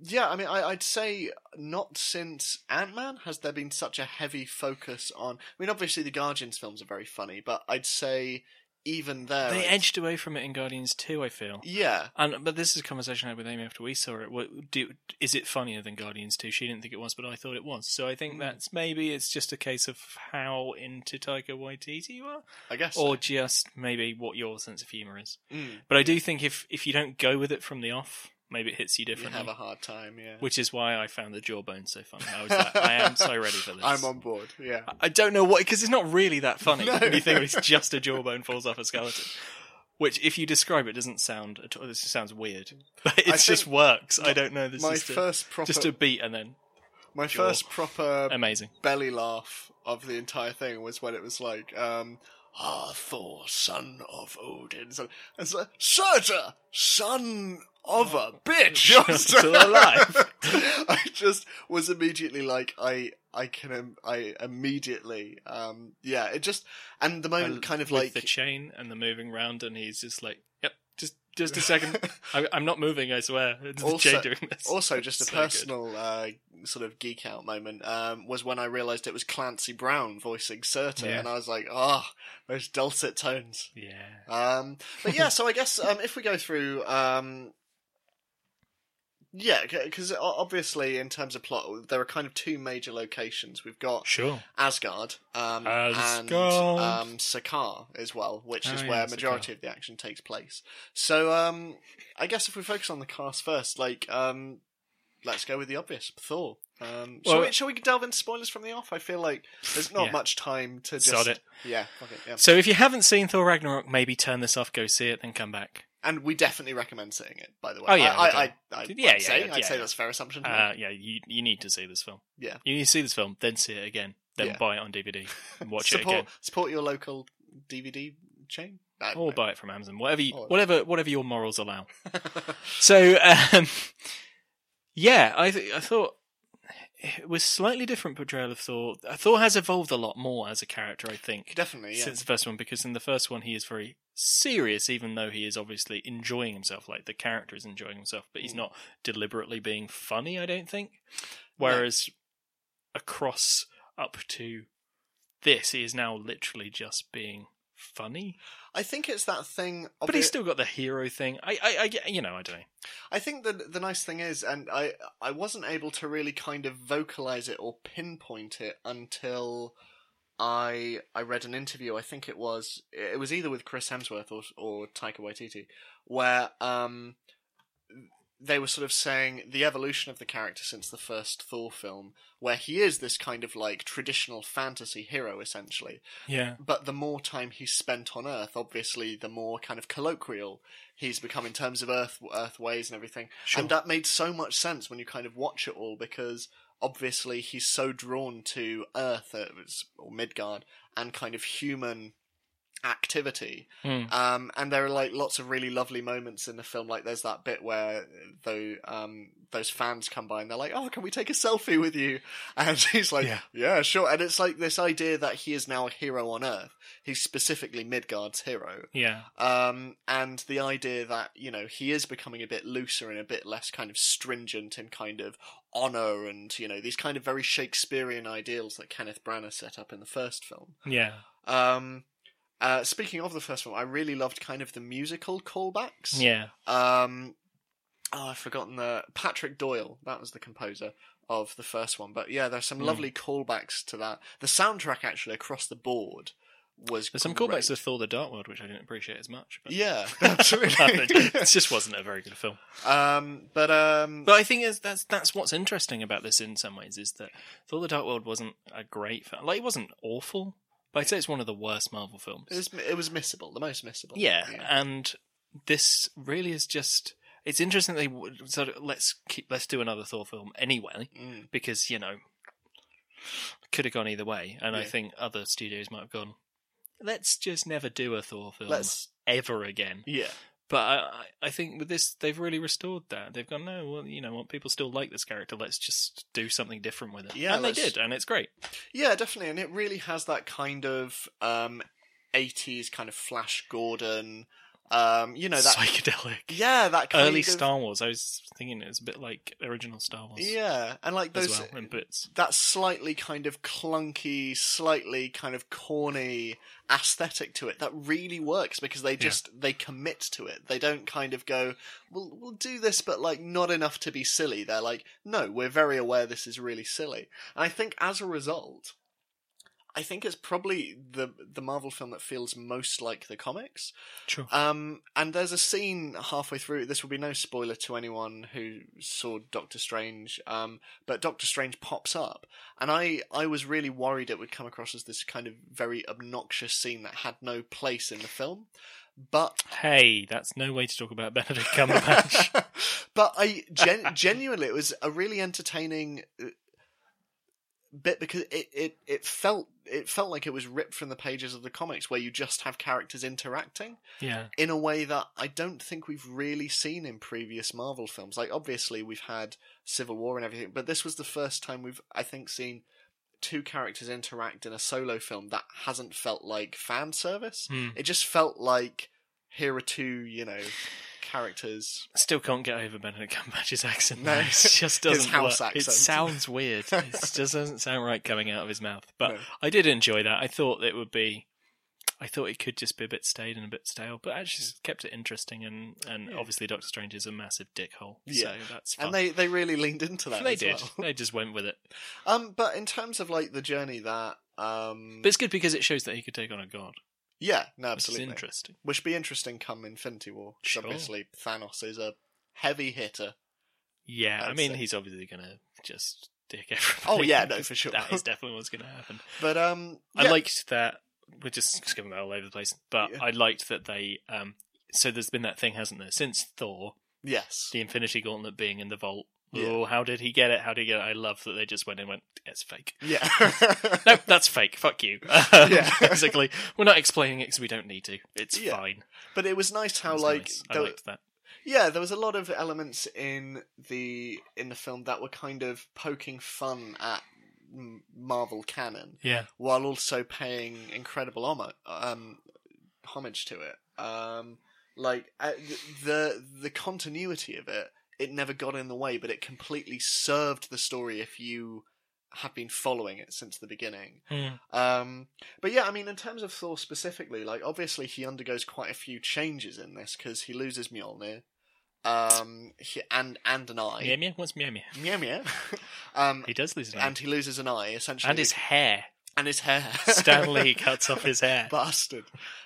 yeah, I mean, I, I'd say not since Ant Man has there been such a heavy focus on. I mean, obviously the Guardians films are very funny, but I'd say even there, They I'd- edged away from it in Guardians 2, I feel. Yeah, And but this is a conversation I had with Amy after we saw it. What, do, is it funnier than Guardians Two? She didn't think it was, but I thought it was. So I Hmm. think that's maybe it's just a case of how into Taika Waititi you are, I guess. or just maybe what your sense of humor is. Mm, But I do think if if you don't go with it from the off, maybe it hits you you differently. have a hard time, yeah. Which is why I found the jawbone so funny. I was like, I am so ready for this. I'm on board. Yeah. I don't know what because it's not really that funny No. when you think it's just a jawbone falls off a skeleton. Which, if you describe it, doesn't sound at all. This sounds weird, but it I just think works. I don't know. This my is just, a, first proper, just a beat and then my jaw. first proper amazing. belly laugh of the entire thing was when it was like, um, Ah, Thor, son of Odin. So, and so, Surtur, son of a bitch, you're Still alive. I just was immediately like, I, I can, im- I immediately, um, yeah, it just, and the moment And kind of with like, the chain and the moving round, and he's just like, "Yep, just just a second. I, I'm not moving. I swear. It's Also- the chain doing this." also just a So good. personal, uh, sort of geek out moment, um, was when I realized it was Clancy Brown voicing Surtur, Yeah. and I was like, ah, those dulcet tones. yeah. Um, but yeah, so I guess um, if we go through, um, yeah, because obviously in terms of plot, there are kind of two major locations. We've got Sure. Asgard, um, and Asgard. um, Sakaar as well, which Oh, is yeah, where Sakaar. majority of the action takes place. So um, I guess if we focus on the cast first, like um, let's go with the obvious, Thor. Um, shall, Well- we, shall we delve into spoilers from the off? I feel like there's not Yeah. much time to just Sod it. yeah, fuck it, yeah. So if you haven't seen Thor Ragnarok, maybe turn this off, go see it, then come back. And we definitely recommend seeing it, by the way. Oh, yeah, I, okay. I, I, I Yeah, would yeah, say, yeah, I'd yeah, say yeah. that's a fair assumption. Uh, yeah, you you need to see this film. Mm-hmm. Yeah. you need to see this film, then see it again, then Yeah. buy it on DVD and watch support, it again, Support your local DVD chain. I don't or know. buy it from Amazon, whatever, you, Or- whatever, whatever your morals allow. so, um, yeah, I th- I thought it was slightly different portrayal of Thor. Thor has evolved a lot more as a character, I think, Definitely, yeah. since the first one, because in the first one he is very serious, even though he is obviously enjoying himself. Like the character is enjoying himself, but he's Mm. not deliberately being funny. I don't think. No. Whereas across up to this, he is now literally just being funny. I think it's that thing. Of But he's it- still got the hero thing. I, I, I get- you know, I don't know. I think the the nice thing is, and I I wasn't able to really kind of vocalize it or pinpoint it until I I read an interview. I think it was it was either with Chris Hemsworth or or Taika Waititi, where um they were sort of saying the evolution of the character since the first Thor film, where he is this kind of like traditional fantasy hero essentially. Yeah. But the more time he's spent on Earth, obviously, the more kind of colloquial he's become in terms of Earth Earth ways and everything. Sure. And that made so much sense when you kind of watch it all because obviously he's so drawn to Earth uh, or Midgard and kind of human activity Mm. um, and there are like lots of really lovely moments in the film. Like there's that bit where though um, those fans come by and they're like, "Oh, can we take a selfie with you?" And he's like, Yeah. "Yeah, sure." And it's like this idea that he is now a hero on Earth. He's specifically Midgard's hero. Yeah. Um, and the idea that you know he is becoming a bit looser and a bit less kind of stringent in kind of honor and you know these kind of very Shakespearean ideals that Kenneth Branagh set up in the first film. Yeah. Um, uh, speaking of the first one, I really loved kind of the musical callbacks. Yeah. Um, oh, I've forgotten the Patrick Doyle. That was the composer of the first one. But yeah, there's some Hmm. lovely callbacks to that. The soundtrack actually across the board was There's some great. callbacks to Thor: The Dark World, which I didn't appreciate as much. But... Yeah, it absolutely. just wasn't a very good film. um, but um, But I think is that's that's what's interesting about this in some ways is that Thor: The Dark World wasn't a great film. Like it wasn't awful, but I'd say it's one of the worst Marvel films. it was it was missable, the most missable. Yeah, and this really is just. It's interesting they w- sort of let's keep let's do another Thor film anyway Mm. because you know could have gone either way, and I Yeah. think other studios might have gone. Let's just never do a Thor film Let's ever again. yeah. But I, I- I think with this, they've really restored that. They've gone, no, well, you know what, people still like this character. Let's just do something different with it. Yeah, and they let's- did, and it's great. Yeah, definitely, and it really has that kind of um, '80s kind of Flash Gordon, um, you know that. psychedelic. yeah, that kind Early of, Star Wars. I was thinking it was a bit like original Star Wars. Yeah, and like as those well in bits. that slightly kind of clunky, slightly kind of corny aesthetic to it that really works because they just they commit to it. They don't kind of go, "We'll we'll do this, but like not enough to be silly." They're like, "No, we're very aware this is really silly." And I think as a result, I think it's probably the the Marvel film that feels most like the comics. Sure. Um, and there's a scene halfway through. This will be no spoiler to anyone who saw Doctor Strange. Um, but Doctor Strange pops up, and I I was really worried it would come across as this kind of very obnoxious scene that had no place in the film. But Hey, that's no way to talk about Benedict Cumberbatch. but I gen- genuinely, it was a really entertaining uh, bit because it, it, it felt it felt like it was ripped from the pages of the comics where you just have characters interacting yeah. in a way that I don't think we've really seen in previous Marvel films. Like obviously we've had Civil War and everything, but this was the first time we've I think seen two characters interact in a solo film that hasn't felt like fan service. Hmm. It just felt like here are two, you know, characters Still can't get over Benedict Cumberbatch's accent. No. No, it just His doesn't house work. It accent. sounds weird. it just doesn't sound right coming out of his mouth. But No. I did enjoy that. I thought it would be. I thought it could just be a bit staid and a bit stale, but actually it's kept it interesting. And and Yeah. obviously Doctor Strange is a massive dickhole, so Yeah. that's fun. and they they really leaned into that. they as did. well. They just went with it. Um, but in terms of like the journey that, um, But it's good because it shows that he could take on a god. yeah, no, Which is absolutely, interesting. which be interesting come Infinity War. 'cause Sure. Obviously, Thanos is a heavy hitter. Yeah, I I'd mean say. he's obviously gonna just dick everybody. Oh, yeah, no, for sure. That is definitely what's gonna happen. But um, I yeah, liked that. We're just skipping all over the place, but Yeah. I liked that they. Um, so there's been that thing, hasn't there, since Thor, yes, the Infinity Gauntlet being in the vault. Yeah. Oh, how did he get it? How did he get it? I love that they just went and went. It's fake. yeah, No, that's fake. Fuck you. Um, Yeah. Basically, we're not explaining it because we don't need to. It's Yeah. fine. But it was nice how It's like, nice. I there- liked that. yeah, there was a lot of elements in the in the film that were kind of poking fun at mm, Marvel canon. Yeah, while also paying incredible homo- um, homage to it. Um, like uh, th- the the continuity of it, it never got in the way, but it completely served the story if you have been following it since the beginning. Hmm. Um, but yeah, I mean, in terms of Thor specifically, like obviously he undergoes quite a few changes in this because he loses Mjolnir, um, he, and and an eye. Meow meow. What's meow meow? Meow meow. um, He does lose an eye. and he loses an eye essentially, and his hair. and his hair. Stanley cuts off his hair. bastard.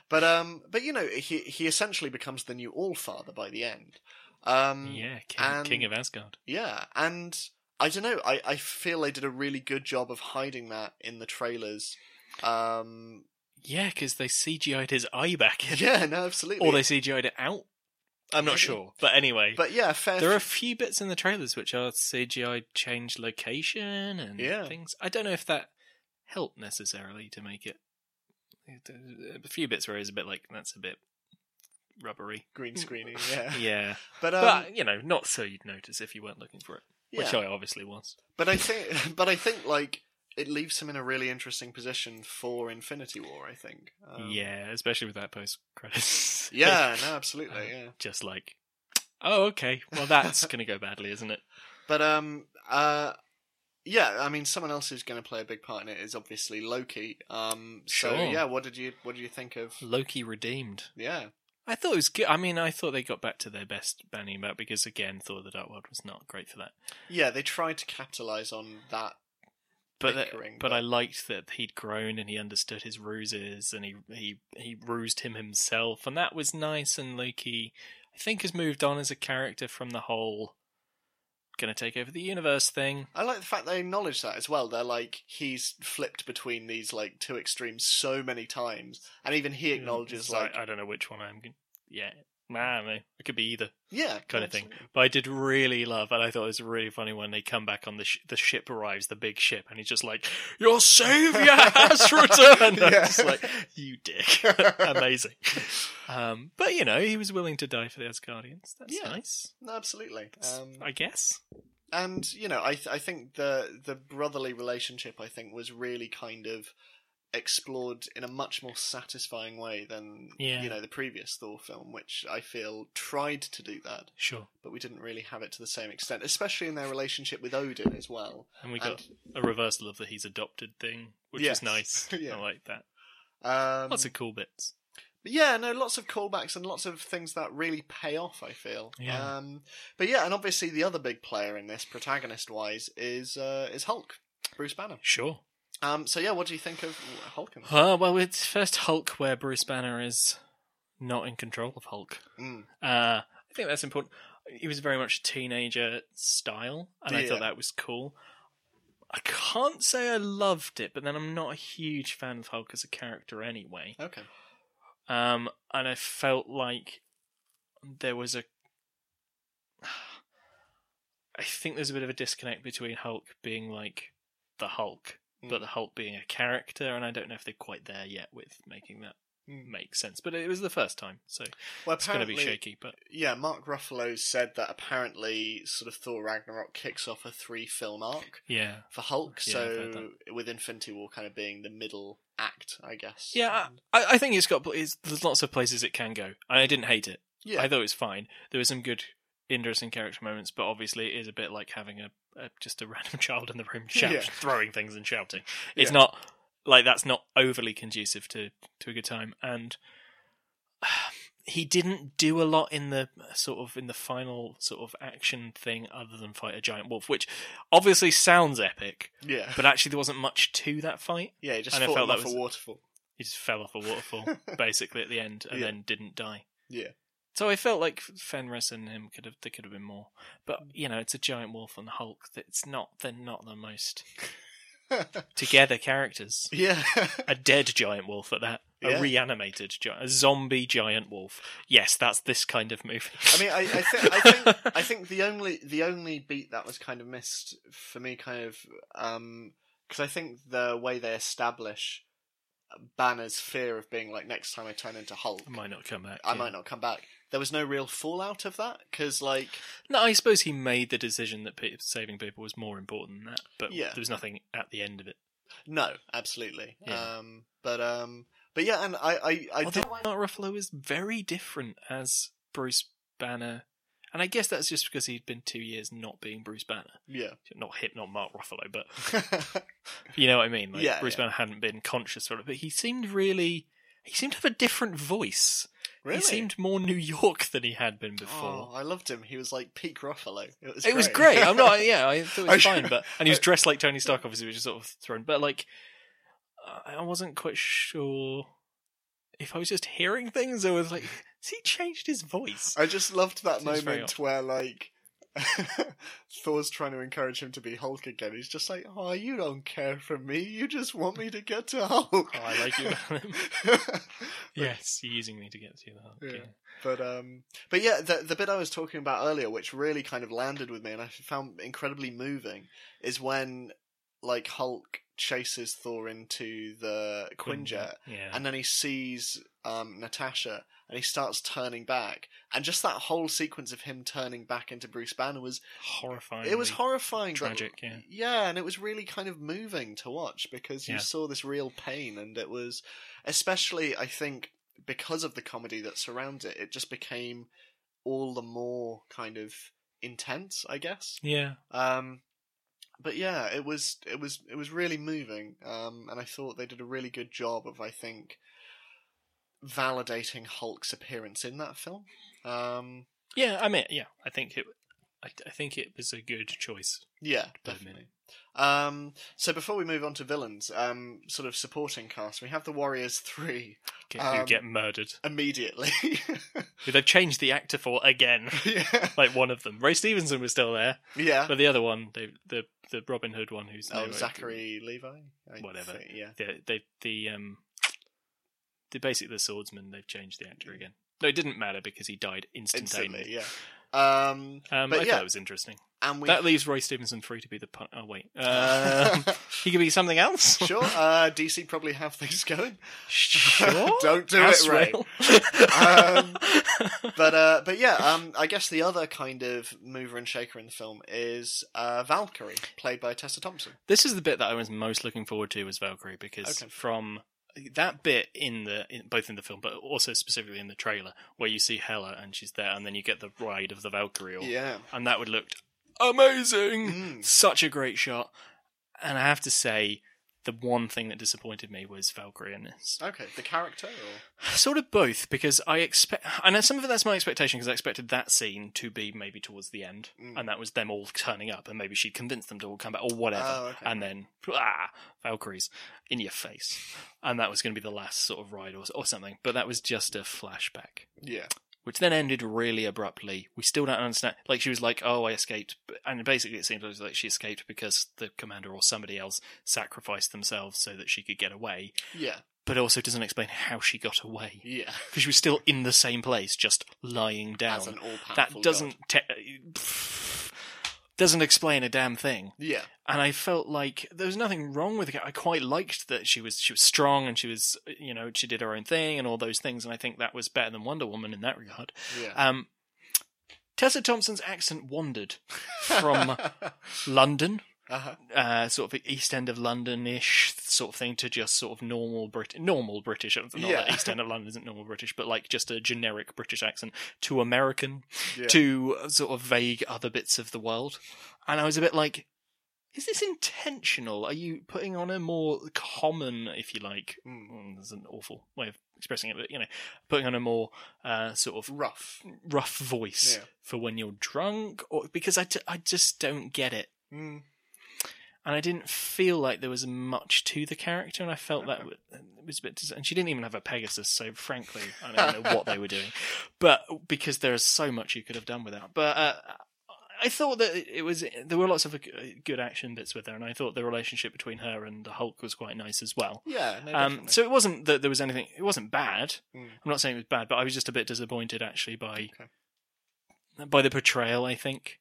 But um, but you know, he he essentially becomes the new Allfather by the end. Um, yeah, King, and- King of Asgard. yeah, and I don't know. I, I feel they did a really good job of hiding that in the trailers. Um, Yeah, because they CGI'd his eye back in, yeah, no, absolutely. or they CGI'd it out. I'm not sure, but anyway, but yeah, fair. there are a few bits in the trailers which are CGI change location and Yeah. things. I don't know if that helped necessarily to make it. A few bits where it was a bit like that's a bit rubbery. green screening. Yeah, Yeah, but um, but you know, not so you'd notice if you weren't looking for it, yeah. which I obviously was. But I think, but I think like it leaves him in a really interesting position for Infinity War. I think. Um, yeah, especially with that post credits. Yeah, no, absolutely. Uh, yeah. just like, oh, okay, well that's gonna go badly, isn't it? But um uh yeah, I mean someone else who's going to play a big part in it is obviously Loki. Um so Sure. yeah, what did you what did you think of Loki redeemed. yeah. I thought it was good. I mean, I thought they got back to their best banning about because again, Thor: The Dark World was not great for that. Yeah, they tried to capitalize on that. But that- Bickering, but but- I liked that he'd grown and he understood his ruses and he he he rused him himself and that was nice. And Loki, I think, has moved on as a character from the whole going to take over the universe thing. I like the fact they acknowledge that as well. They're like he's flipped between these like two extremes so many times and even Hmm, he acknowledges So I- like I, don't know which one I'm. gon- Yeah, nah, I don't know. it could be either. yeah, kind of thing. absolutely. But I did really love, and I thought it was really funny when they come back on the sh- the ship arrives, the big ship, and he's just like, "Your savior has returned." I'm Yeah. just like, "You dick!" Amazing. Um, but you know, he was willing to die for the Asgardians. That's Yeah. nice, No, absolutely. Um, I guess. and you know i th- i think the the brotherly relationship i think was really kind of explored in a much more satisfying way than Yeah. you know the previous thor film which i feel tried to do that Sure. but we didn't really have it to the same extent especially in their relationship with odin as well And we got a reversal of the he's adopted thing, which Yes. is nice. Yeah. I like that. um, Lots of cool bits. But yeah, no, lots of callbacks and lots of things that really pay off. I feel. Yeah. Um, but yeah, and obviously the other big player in this, protagonist-wise, is uh, is Hulk, Bruce Banner. Sure. Um, so yeah, what do you think of Hulk? And Uh, well, it's first Hulk where Bruce Banner is not in control of Hulk. Mm. Uh, I think that's important. He was very much teenager style, and I Yeah. thought that was cool. I can't say I loved it, but then I'm not a huge fan of Hulk as a character anyway. Okay. Um, and I felt like there was a. I think there's a bit of a disconnect between Hulk being like the Hulk, but Mm. the Hulk being a character, and I don't know if they're quite there yet with making that Mm. make sense. But it was the first time, so Well, it's going to be apparently, shaky. But yeah, Mark Ruffalo said that apparently, sort of Thor Ragnarok kicks off a three-film arc yeah, for Hulk. Yeah, I've heard so with Infinity War kind of being the middle act, I guess. Yeah, I, I think it's got. pl- It's, there's lots of places it can go, and I didn't hate it. yeah, I thought it was fine. There were some good, interesting character moments, but obviously it is a bit like having a, a just a random child in the room shout, Yeah. throwing things and shouting. It's Yeah. not like that's not overly conducive to to a good time. And he didn't do a lot in the sort of in the final sort of action thing other than fight a giant wolf, which obviously sounds epic, yeah, but actually there wasn't much to that fight yeah. He just and I fought felt him that off was- a waterfall. he just fell off a waterfall basically at the end and Yeah. then didn't die. Yeah. So I felt like Fenris and him could have there could have been more, but Mm. you know it's a giant wolf and Hulk. That's not they're not the most together characters. yeah, A dead giant wolf at that. A Yeah. reanimated giant, a zombie giant wolf. Yes, that's this kind of movie. I mean, I, I, thi- I think I think the only the only beat that was kind of missed for me, kind of, because I think the way they establish Banner's fear of being like, next time I turn into Hulk, I might not come back. I yeah. might not come back. There was no real fallout of that because, like, No, I suppose he made the decision that pe- saving people was more important than that, but Yeah. there was nothing at the end of it. no, absolutely. Yeah. Um, but um, but yeah, and I I, I Although think Mark Ruffalo is very different as Bruce Banner, and I guess that's just because he'd been two years not being Bruce Banner, yeah, not hip, not Mark Ruffalo, but you know what I mean. Like Yeah, Bruce yeah. Banner hadn't been conscious of it, but he seemed really, he seemed to have a different voice. really. He seemed more New York than he had been Oh, before. I loved him. He was like peak Ruffalo. It was it was great. I'm not. Yeah, I thought it I was should- fine, but and he was dressed like Tony Stark, obviously, which is sort of thrown. But like, I I wasn't quite sure if I was just hearing things. I was like, he changed his voice. I just loved that Seems very moment where like Thor's trying to encourage him to be Hulk again. He's just like, "Oh, you don't care for me. You just want me to get to Hulk." Oh, I like you. yes, you're using me to get to the Hulk. Yeah. Yeah. but um, but yeah, the the bit I was talking about earlier, which really kind of landed with me, and I found incredibly moving, is when like Hulk chases Thor into the Quinjet, Yeah. and then he sees um, Natasha and he starts turning back. And just that whole sequence of him turning back into Bruce Banner was horrifying. it was horrifying, but- tragic, yeah. yeah, and it was really kind of moving to watch because you Yeah. saw this real pain, and it was especially I think because of the comedy that surrounds it, it just became all the more kind of intense, I guess. Yeah. Um, but yeah, it was it was it was really moving, um, and I thought they did a really good job of I think validating Hulk's appearance in that film. Um, Yeah, I mean, yeah, I think it. I, I think it was a good choice. yeah, Don't definitely. Um, so before we move on to villains, um, sort of supporting cast, we have the Warriors three Get, Um, who get murdered? immediately. Who they've changed the actor for again? yeah, like one of them, Ray Stevenson was still there, yeah. but the other one, they, the the Robin Hood one, who's Oh, no- Zachary Levi. I Whatever. think, yeah. The they the um the basically the swordsman. They've changed the actor again. No, it didn't matter because he died Instantly. instantaneously. Yeah. Um, Um, But I yeah. thought it was interesting. and we. That leaves Roy Stevenson free to be the pun- oh wait, um, he could be something else. sure. Uh, DC probably have things going. sure. Don't do it, Ray. Um, but uh, but yeah, um, I guess the other kind of mover and shaker in the film is uh, Valkyrie, played by Tessa Thompson. this is the bit that I was most looking forward to was Valkyrie because Okay. from that bit in the in, both in the film but also specifically in the trailer where you see Hela and she's there and then you get the ride of the Valkyrie or- Yeah, and that would looked amazing. Mm. Such a great shot. And I have to say the one thing that disappointed me was Valkyrie in this. okay, the character. Or... Sort of both, because I expect, I know some of it that's my expectation, because I expected that scene to be maybe towards the end, Mm. and that was them all turning up, and maybe she'd convince them to all come back, or whatever. Oh, okay. And then, ah, Valkyries in your face. And that was going to be the last sort of ride or, or something, but that was just a flashback, Yeah, which then ended really abruptly. We still don't understand. Like, she was like, oh, I escaped. And basically, it seemed like she escaped because the commander or somebody else sacrificed themselves so that she could get away, yeah, but also doesn't explain how she got away yeah. because she was still in the same place, just lying As an down. all That doesn't te- doesn't explain a damn thing. Yeah, And I felt like there was nothing wrong with it. I quite liked that she was she was strong and she was you know she did her own thing and all those things. And I think that was better than Wonder Woman in that regard. yeah. Um, Tessa Thompson's accent wandered from London uh-huh. uh, sort of East End of London-ish sort of thing to just sort of normal Brit, normal British. Not that Yeah. East End of London isn't normal British, but like just a generic British accent to American, Yeah. to uh, sort of vague other bits of the world. And I was a bit like, is this intentional? Are you putting on a more common, if you like, Mm. mm, there's an awful way of expressing it, but you know, putting on a more uh, sort of rough. rough voice Yeah. for when you're drunk, or because I, t- I just don't get it Mm. and I didn't feel like there was much to the character, and I felt that w- it was a bit. dis- And she didn't even have a Pegasus, so frankly, I don't know what they were doing. But because there is so much you could have done without. But uh, I thought that it- it was there were lots of uh, good action bits with her, and I thought the relationship between her and the Hulk was quite nice as well. Yeah. No, Um, definitely. so it wasn't that there was anything. It wasn't bad. Mm. I'm not saying it was bad, but I was just a bit disappointed actually by by the portrayal. I think.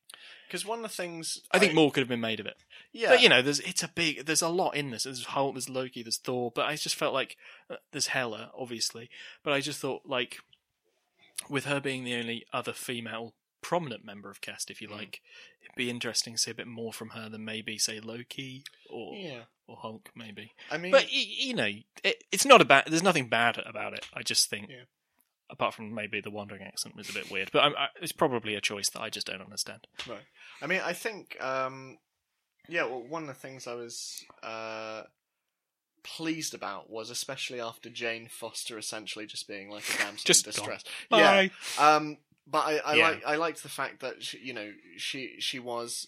Because one of the things I think more could have been made of it. yeah, But you know, there's it's a big there's a lot in this. There's Hulk, there's Loki, there's Thor, but I just felt like uh, there's Hela, obviously, but I just thought like with her being the only other female prominent member of cast, if you Mm. like, it'd be interesting to see a bit more from her than maybe say Loki or yeah. or Hulk, maybe. I mean, But y- you know, it, it's not a bad. There's nothing bad about it. I just think. Yeah. Apart from maybe the wandering accent was a bit weird, but I, I, it's probably a choice that I just don't understand. I mean, I think, um, yeah, well, one of the things I was uh, pleased about was especially after Jane Foster essentially just being like a damsel Just in gone. distress. Bye. Yeah. Um, but I, I Yeah. like I liked the fact that she, you know she she was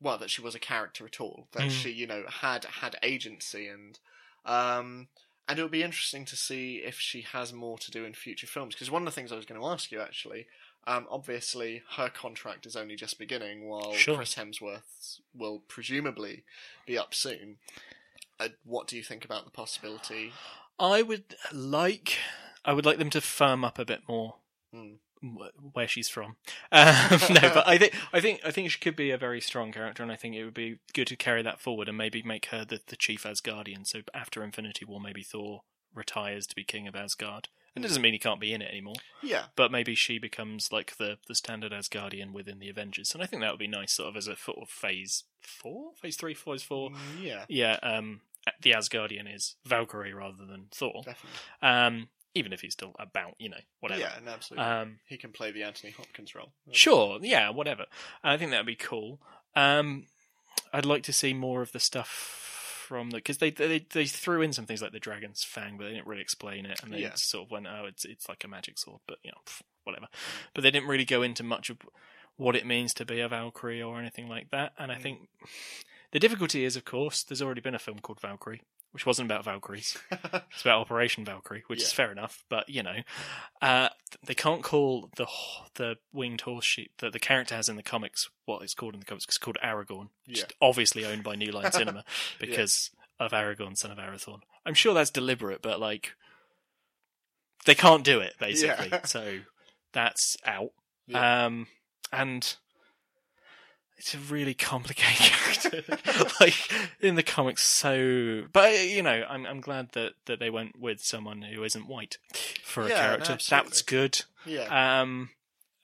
well Hmm. that she was a character at all that Mm. she you know had had agency and um and it'll be interesting to see if she has more to do in future films. Because one of the things I was going to ask you actually, um, obviously her contract is only just beginning, while Sure. Chris Hemsworth's will presumably be up soon. Uh, what do you think about the possibility? I would like I would like them to firm up a bit more Mm. wh- where she's from. Um, no, but I think I think I think she could be a very strong character, and I think it would be good to carry that forward and maybe make her the, the chief Asgardian. So after Infinity War, maybe Thor retires to be king of Asgard. And it doesn't mean he can't be in it anymore, Yeah, but maybe she becomes like the the standard Asgardian within the Avengers, and I think that would be nice, sort of as a sort of phase four, phase three, phase Mm. four. yeah, Yeah, um, the Asgardian is Valkyrie rather than Thor. definitely. Um, even if he's still about, you know, whatever. Yeah, and absolutely. Um, he can play the Anthony Hopkins role. sure, yeah, whatever. I think that'd be cool. Um, I'd like to see more of the stuff from the because they, they they threw in some things like the dragon's fang, but they didn't really explain it, and they Yeah. sort of went, "Oh, it's it's like a magic sword," but you know, pff, whatever. But they didn't really go into much of what it means to be a Valkyrie or anything like that. And I Mm. think the difficulty is, of course, there's already been a film called Valkyrie, which wasn't about Valkyries. It's about Operation Valkyrie, which is Yeah. fair enough, but you know, uh, th- they can't call the h- the winged horse sheep that the character has in the comics what it's called in the comics. It's called Aragorn, which is obviously owned by New Line Cinema because of Aragorn, son of Arathorn. I'm sure that's deliberate, but like, they can't do it basically. Yeah. So that's out. Um, and it's a really complicated character. like in the comics, so but you know, I'm I'm glad that that they went with someone who isn't white Yeah, for a no, character. absolutely. That's good. yeah, Um,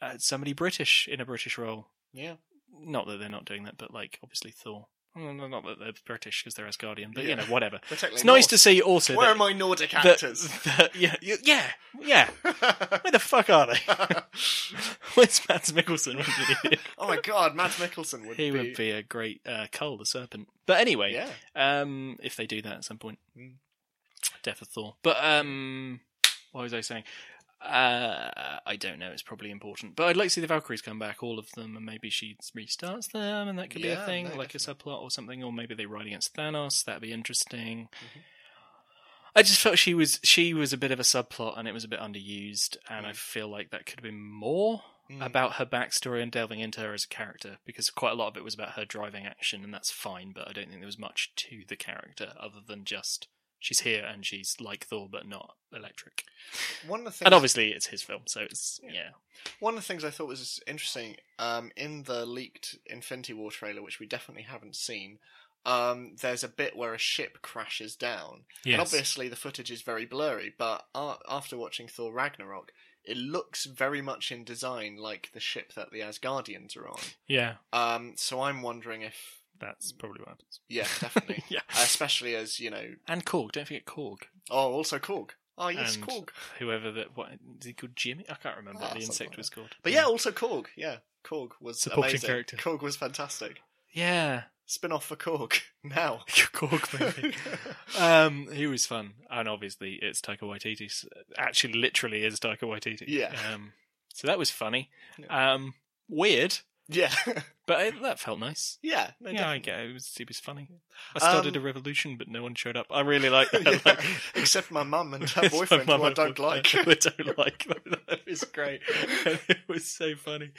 uh, somebody British in a British role. yeah, Not that they're not doing that, but like obviously Thor. Well, no, Not that they're British because they're Asgardian, but Yeah. you know, whatever. They're technically It's nice Norse. to see also Where that, are my Nordic that- actors? that- yeah, yeah, yeah. Where the fuck are they? Where's Mads Mikkelsen? Wouldn't he? oh my god, Matt Mickelson would he be. would be a great uh, Cull the Serpent. But anyway, Yeah, um, if they do that at some point, Mm. Death of Thor. But um, what was I saying? Uh, I don't know. It's probably important, but I'd like to see the Valkyries come back, all of them, and maybe she restarts them, and that could be a Yeah, thing, no, like a subplot or something, or maybe they ride against Thanos. That'd be interesting. Mhm. I just felt she was she was a bit of a subplot, and it was a bit underused, and I Mm. feel like that could have been more Mm. about her backstory and delving into her as a character because quite a lot of it was about her driving action and that's fine but i don't think there was much to the character other than just she's here and she's like thor but not electric one of the things. and obviously it's his film so it's yeah One of the things I thought was interesting um, in the leaked Infinity War trailer, which we definitely haven't seen, um, there's a bit where a ship crashes down. yes. And obviously, the footage is very blurry, but a after watching Thor Ragnarok, it looks very much in design like the ship that the Asgardians are on. yeah Um, so I'm wondering if. that's probably what happens Yeah, definitely. yeah Especially as, you know. and korg don't forget korg Oh, also Korg. Oh, yes, And- Korg. whoever that what is he called jimmy i can't remember Ah, what the something insect like was called But yeah, also Korg. Yeah, Korg was Supporting amazing. character. Korg was fantastic. yeah Spin off for Korg now. korg movie Um, he was fun, and obviously it's Taika Waititi. Actually, literally is Taika Waititi. Yeah. Um, so that was funny. Um, weird, yeah, but it, that felt nice. yeah, no, yeah, I definitely. get it. It was, it was funny. I started Um, a revolution, but no one showed up. I really like that. Yeah. like- Except my mum and her it's my boyfriend, mum who I and don't boyfriend like. who I don't like. That was great. And it was so funny.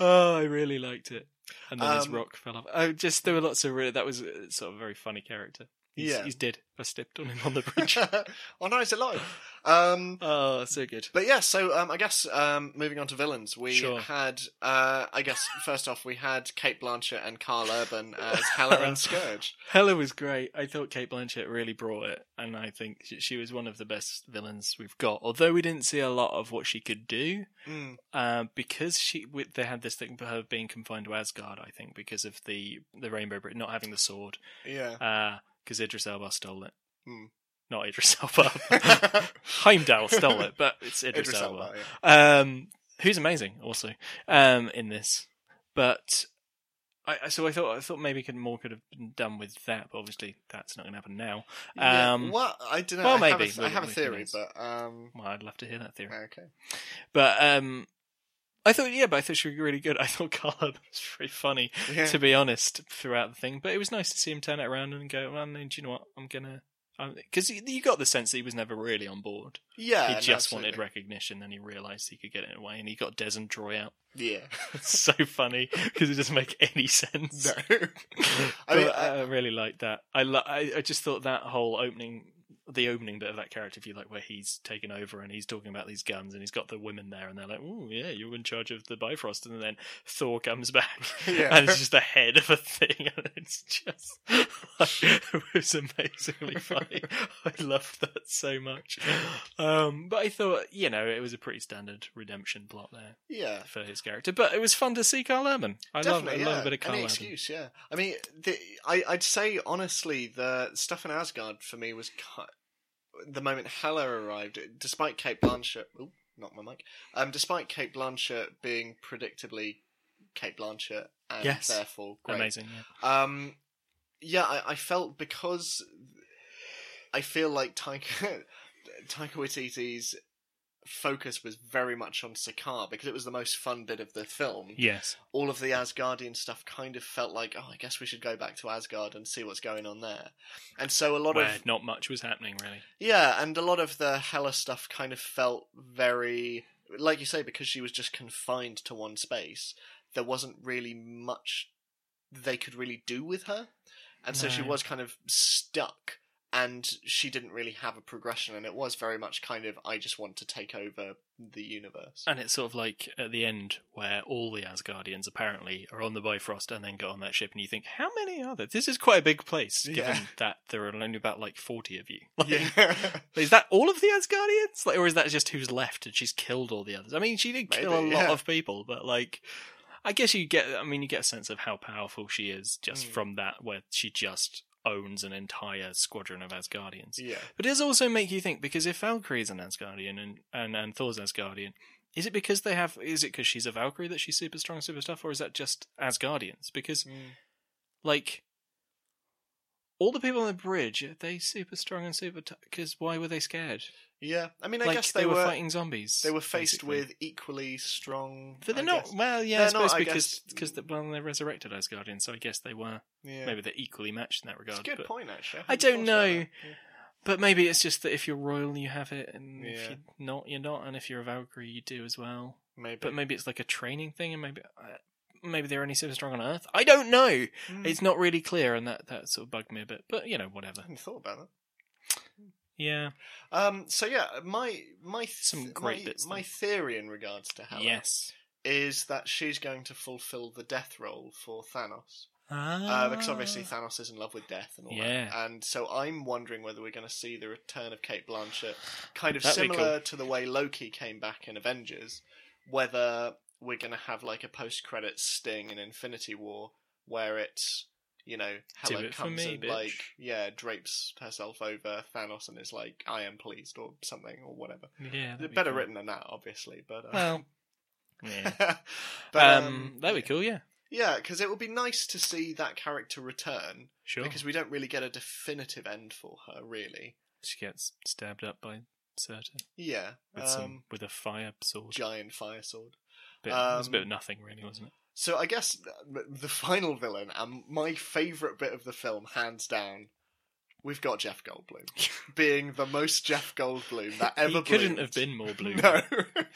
Oh, I really liked it. And then his Um, rock fell off. Oh, just there were lots of really. That was uh, sort of a very funny character. He's, Yeah. he's dead. I stepped on him on the bridge. oh no, he's alive. Um, Oh, so good. but yeah, so um, I guess um, moving on to villains, we Sure. had, uh, I guess, first off, we had Kate Blanchett and Carl Urban as Hela and Scourge. Hella was great. I thought Kate Blanchett really brought it, and I think she, she was one of the best villains we've got. Although we didn't see a lot of what she could do, Mm, uh, because she with, they had this thing of her being confined to Asgard. I think because of the the Rainbow Bridge not having the sword, yeah. because Idris Elba stole it. Hmm. Not Idris Elba. Heimdall stole it, but it's Idris, Idris Elba. Elba. yeah. um, who's amazing also um, in this. But I I- so I thought I thought maybe could more could have been done with that, but obviously that's not going to happen now. Yeah, Um, well, I don't know. well, I have a maybe. th- I have a Who theory, knows? but um, Well, I'd love to hear that theory. okay. But um, I thought yeah, but I thought she was really good. I thought Carla was pretty funny Yeah. to be honest throughout the thing. But it was nice to see him turn it around and go, well, no, do you know what? I'm gonna because you you got the sense that he was never really on board. Yeah, he Uh, no, just wanted absolutely. recognition, and he realised he could get it away, and he got Des and Troy out. Yeah, so funny because it doesn't make any sense. I mean, But I- I, really liked that. I, lo- I I just thought that whole opening, the opening bit of that character, if you like, where he's taken over and he's talking about these guns and he's got the women there and they're like, "Oh yeah, you're in charge of the Bifrost," and then Thor comes back Yeah. and it's just the head of a thing, and it's just it was amazingly funny. I loved that so much. Um, but I thought, you know, it was a pretty standard redemption plot there yeah. for his character, but it was fun to see Carl Urban. I love, I Definitely, love yeah. a bit of Carl Any Urban. excuse, yeah. I mean, the, I, I'd say honestly, the stuff in Asgard for me was cut the moment Hela arrived. Despite Kate Blanchett, ooh, not my mic. Um, despite Kate Blanchett being predictably Kate Blanchett, and Yes. therefore great. Amazing. Yeah. Um, yeah, I, I felt because I feel like Taika, Taika Waititi's focus was very much on Sakaar because it was the most fun bit of the film Yes. all of the Asgardian stuff kind of felt like, oh, I guess we should go back to Asgard and see what's going on there. And so a lot Where of not much was happening really. yeah, and a lot of the Hela stuff kind of felt very like you say because she was just confined to one space. There wasn't really much they could really do with her, and so she No. was kind of stuck. And she didn't really have a progression, and it was very much kind of, I just want to take over the universe. And it's sort of like at the end where all the Asgardians apparently are on the Bifrost and then go on that ship, and you think, how many are there? This is quite a big place, given Yeah. that there are only about like forty of you. Like, yeah. Is that all of the Asgardians, like, or is that just who's left and she's killed all the others? I mean, she did kill a Maybe, lot yeah. of people, but like, I guess you get, I mean, you get a sense of how powerful she is just Mm. from that, where she just owns an entire squadron of Asgardians. yeah. But it does also make you think because if Valkyrie's an Asgardian and, and, and Thor's Asgardian, is it because they have? Is it because she's a Valkyrie that she's super strong, super stuff, or is that just Asgardians? Because Mm. like all the people on the bridge, are they super strong and super? Because why were they scared? Yeah. I mean, I like guess they, were, were fighting zombies. They were faced basically. with equally strong. But they're I not. guess. Well, yeah, I They're not, suppose I because guess. mm. because the, well, they're resurrected Asgardians, so I guess they were. Yeah. Maybe they're equally matched in that regard. It's a good but- point, actually. I hadn't don't thought about know. that. Yeah. But maybe it's just that if you're royal, you have it, and if Yeah. you're not, you're not, and if you're a Valkyrie, you do as well. Maybe. But maybe it's like a training thing, and maybe uh, maybe they're only super strong on Earth. I don't know. Mm. It's not really clear, and that that sort of bugged me a bit. But you know, I whatever. hadn't thought about Yeah. that. Um, so yeah, my my th- Some great my, bits, my though. theory in regards to Hela Yes. is that she's going to fulfill the death role for Thanos, Ah. uh, because obviously Thanos is in love with death and all Yeah. that. And so I'm wondering whether we're going to see the return of Kate Blanchett, kind of That'd be similar to the way Loki came back in Avengers, whether we're going to have like a post-credit sting in Infinity War where it's you know Do Hela it for comes me, and bitch. like yeah drapes herself over Thanos and is like I am pleased or something or whatever. Ah. yeah. that'd be Better cool. written than that, obviously, but uh, Well. Yeah. but, um, that'd be cool. Yeah. Yeah, because it would be nice to see that character return Sure. because we don't really get a definitive end for her, really. she gets stabbed up by Surtur Yeah, with um, some with a fire sword. giant fire sword. Bit, it was a bit um, of nothing, really, wasn't it? So I guess th- the final villain and my favorite bit of the film, hands down, we've got Jeff Goldblum being the most Jeff Goldblum that ever. he couldn't bloomed. have been more blue. No,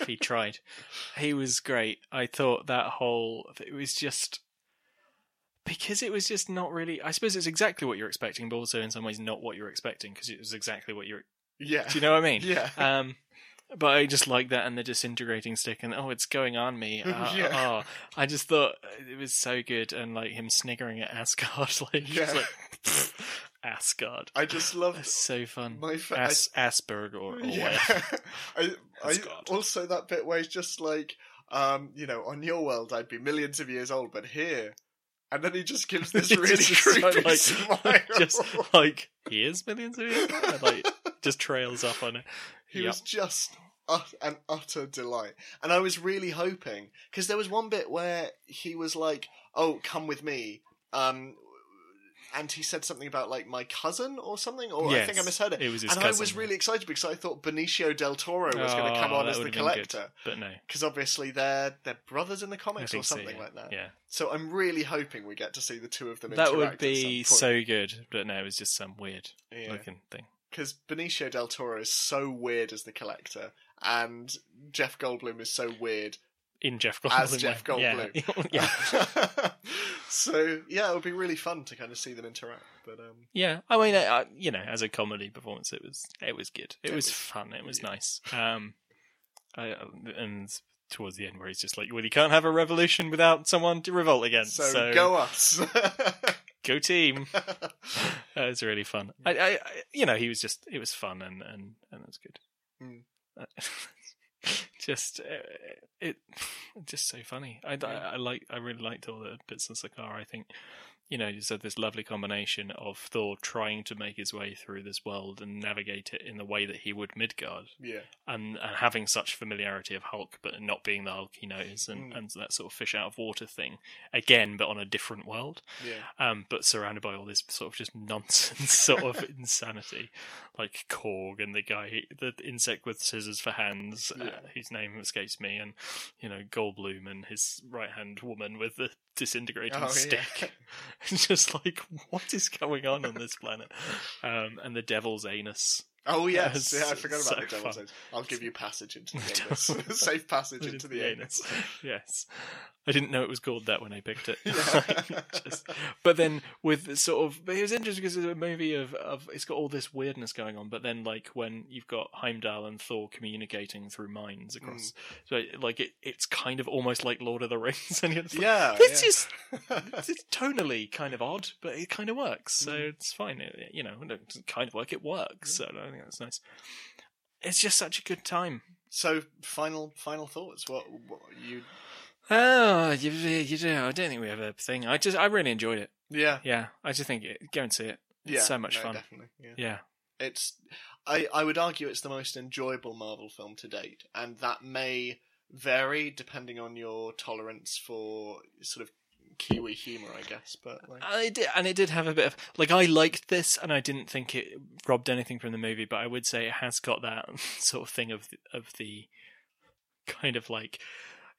if he tried. He was great. I thought that whole it was just because it was just not really. I suppose it's exactly what you're expecting, but also in some ways not what you're expecting because it was exactly what you're. yeah, Do you know what I mean? yeah, Um, but I just like that and the disintegrating stick and oh, it's going on me. Uh, Yeah. oh, I just thought it was so good and like him sniggering at Asgard, like just Yeah. like Asgard. I just love That's um, so fun. my fa- I- As- Asperg or, or Yeah. whatever. I, I, That's God. also, that bit where he's just like, um, you know, on your world, I'd be millions of years old, but here. And then he just gives this really Just creepy so, smile. just like here's millions of years ago, and, like just trails up on it. he Yep. was just ut- an utter delight. And I was really hoping, because there was one bit where he was like, oh, come with me. Um, and he said something about like my cousin or something, or Oh, I Yes, think I misheard it. it was his and I cousin, was yeah. really excited because I thought Benicio del Toro was going to come Oh, on that as the would've been good. collector But no. because obviously they're they're brothers in the I comics or think so, something yeah. like that. Yeah. So I'm really hoping we get to see the two of them. That would interact at be some point. so good, but no, it was just some weird Yeah. looking thing. because Benicio del Toro is so weird as the collector, and Jeff Goldblum is so weird. In Jeff Goldblum. As Jeff like, Yeah. yeah. so yeah, it would be really fun to kind of see them interact. But um, Yeah, I mean, I, I- you know, as a comedy performance, it was it was good. It, It was, was- fun. It was yeah. nice. Um, I, uh, and towards the end, where he's just like, "Well, you can't have a revolution without someone to revolt against." so, So, go us. go team. that was really fun. I, I, I- you know, he was just it was fun and and and that's good. Mm. just uh, it, just so funny. I, I I like I really liked all the bits of Sakara. I think you know you said this lovely combination of Thor trying to make his way through this world and navigate it in the way that he would Midgard, yeah, and, and having such familiarity of Hulk, but not being the Hulk he knows, and Mm. and that sort of fish out of water thing again, but on a different world yeah, um, but surrounded by all this sort of just nonsense, sort of insanity, like Korg and the guy, the insect with scissors for hands, uh, Yeah. whose name escapes me, and you know Goldblum and his right hand woman with the disintegrating Oh, yeah. stick. It's just like what is going on on this planet, um, and the devil's anus. Oh yes, That's yeah, I forgot so about the devil's fun. anus. I'll give you passage into the anus. Safe passage into the anus. yes, I didn't know it was called that when I picked it. Yeah. Just- but then with the sort of but it was interesting because it's a movie of, of it's got all this weirdness going on but then like when you've got heimdall and thor communicating through minds across so like it, it's kind of almost like lord of the rings and you're just like, Yeah, it's yeah. just it's tonally kind of odd but it kind of works so it's fine It- it- you know it doesn't kind of work it works so i think that's nice it's just such a good time so final final thoughts. What, what you? oh you, you do i don't think we have a thing i just i really enjoyed it Yeah, yeah i just think it, go and see it It's yeah, so much no, fun. Definitely. Yeah. yeah it's I, I would argue it's the most enjoyable Marvel film to date, and that may vary depending on your tolerance for sort of Kiwi humor, I guess. But like, I did, and it did have a bit of like I liked this, and I didn't think it robbed anything from the movie, but I would say it has got that sort of thing of of the kind of like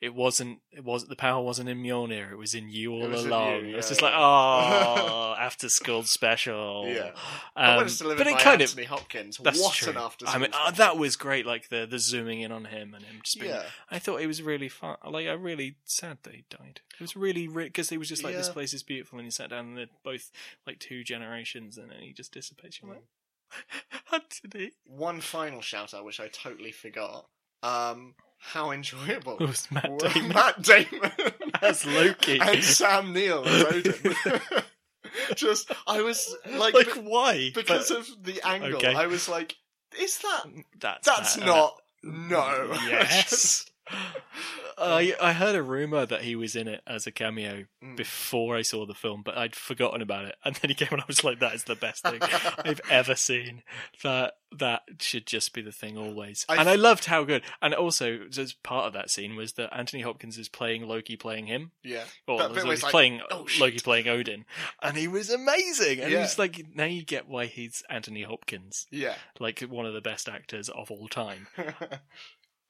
it wasn't it was the power wasn't in Mjolnir, it was in you all was in you, along. it's yeah, just yeah. like oh, after school special, Yeah. Um, when it's delivered but it by kind of Anthony Hopkins, that's what true. an after I mean, uh, that was great. Like the the zooming in on him and him just being yeah, I thought it was really fun. Like, I really sad that he died. It was really because he was just like, "This Yeah. place is beautiful," and he sat down, and they're both like two generations, and then he just dissipates. You're like, "How did he?" one final shout out which I totally forgot. Um, how enjoyable It was Matt were Damon. Matt Damon As Loki. and Sam Neill as Odin. Just I was like, like, why? because But- of the angle, Okay. I was like, is that that's That's that, uh, not. no. Yes. I I heard a rumor that he was in it as a cameo Mm. before I saw the film, but I'd forgotten about it. And then he came and I was like, "That is the best thing I've ever seen. That that should just be the thing always." I- and I loved how good. And also, just part of that scene was that Anthony Hopkins is playing Loki, playing him, yeah. or That bit where Loki's he's like, playing "Oh, shit." Loki playing Odin, and he was amazing. And Yeah. it's like now you get why he's Anthony Hopkins, Yeah. like one of the best actors of all time.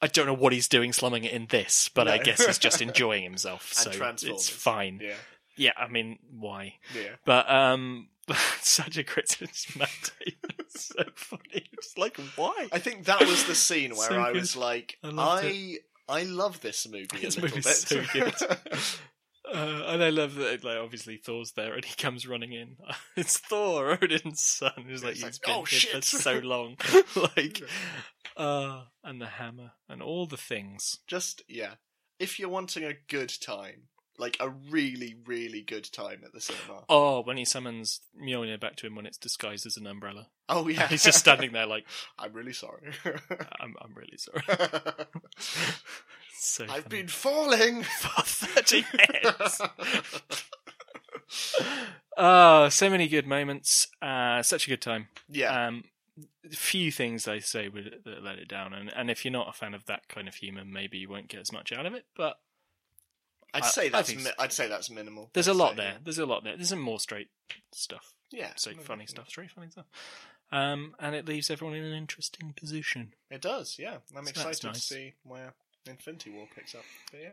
I don't know what he's doing slumming it in this, but I No. guess he's just enjoying himself. And so it's Transformers. fine. Yeah. yeah. I mean, why? Yeah. But um such a criticism Matt Damon. It's so funny. It's like why? I think that was the scene where So I good. was like, I I I, loved love this movie a This little movie's bit. so good. Uh, and I love that like obviously Thor's there and he comes running in. it's Thor, Odin's son, who's like It's he's like, been "Oh, here for shit." so long. like uh and the hammer and all the things. Just yeah. If you're wanting a good time, like a really, really good time at the cinema. Oh, Oh, when he summons Mjolnir back to him when it's disguised as an umbrella. Oh, yeah. He's just standing there like I'm really sorry. I'm, I'm really sorry. So I've funny. been falling. for 30 minutes. oh, so many good moments. Uh, such a good time. yeah. Um, few things I say would that let it down, and and if you're not a fan of that kind of humor, maybe you won't get as much out of it. But I'd I- say I that's think mi- I'd say that's minimal. There's I'd a lot say, there. There's a lot there. There's some more straight stuff. Yeah, Straight no, funny definitely. stuff. Straight funny stuff. Um, and it leaves everyone in an interesting position. It does. Yeah, I'm So that's excited to nice. see where Infinity War picks up. But yeah,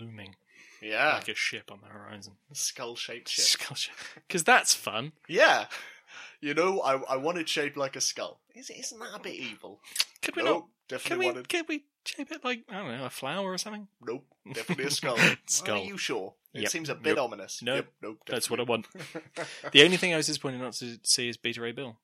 Looming. yeah, Like a ship on the horizon. skull shaped Ah. ship. Because that's fun. Yeah. You know, I, I wanted shaped like a skull. Is, isn't that a bit evil? Mm. Could we Nope. not? Could definitely we, wanted. could we shape it like, I don't know, a flower or something? Nope. Definitely a skull. Skull. Are you sure? It Yep. seems a bit Nope. ominous. Nope. Yep. Nope. That's what I want. definitely. The only thing I was disappointed not to see is Beta Ray Bill.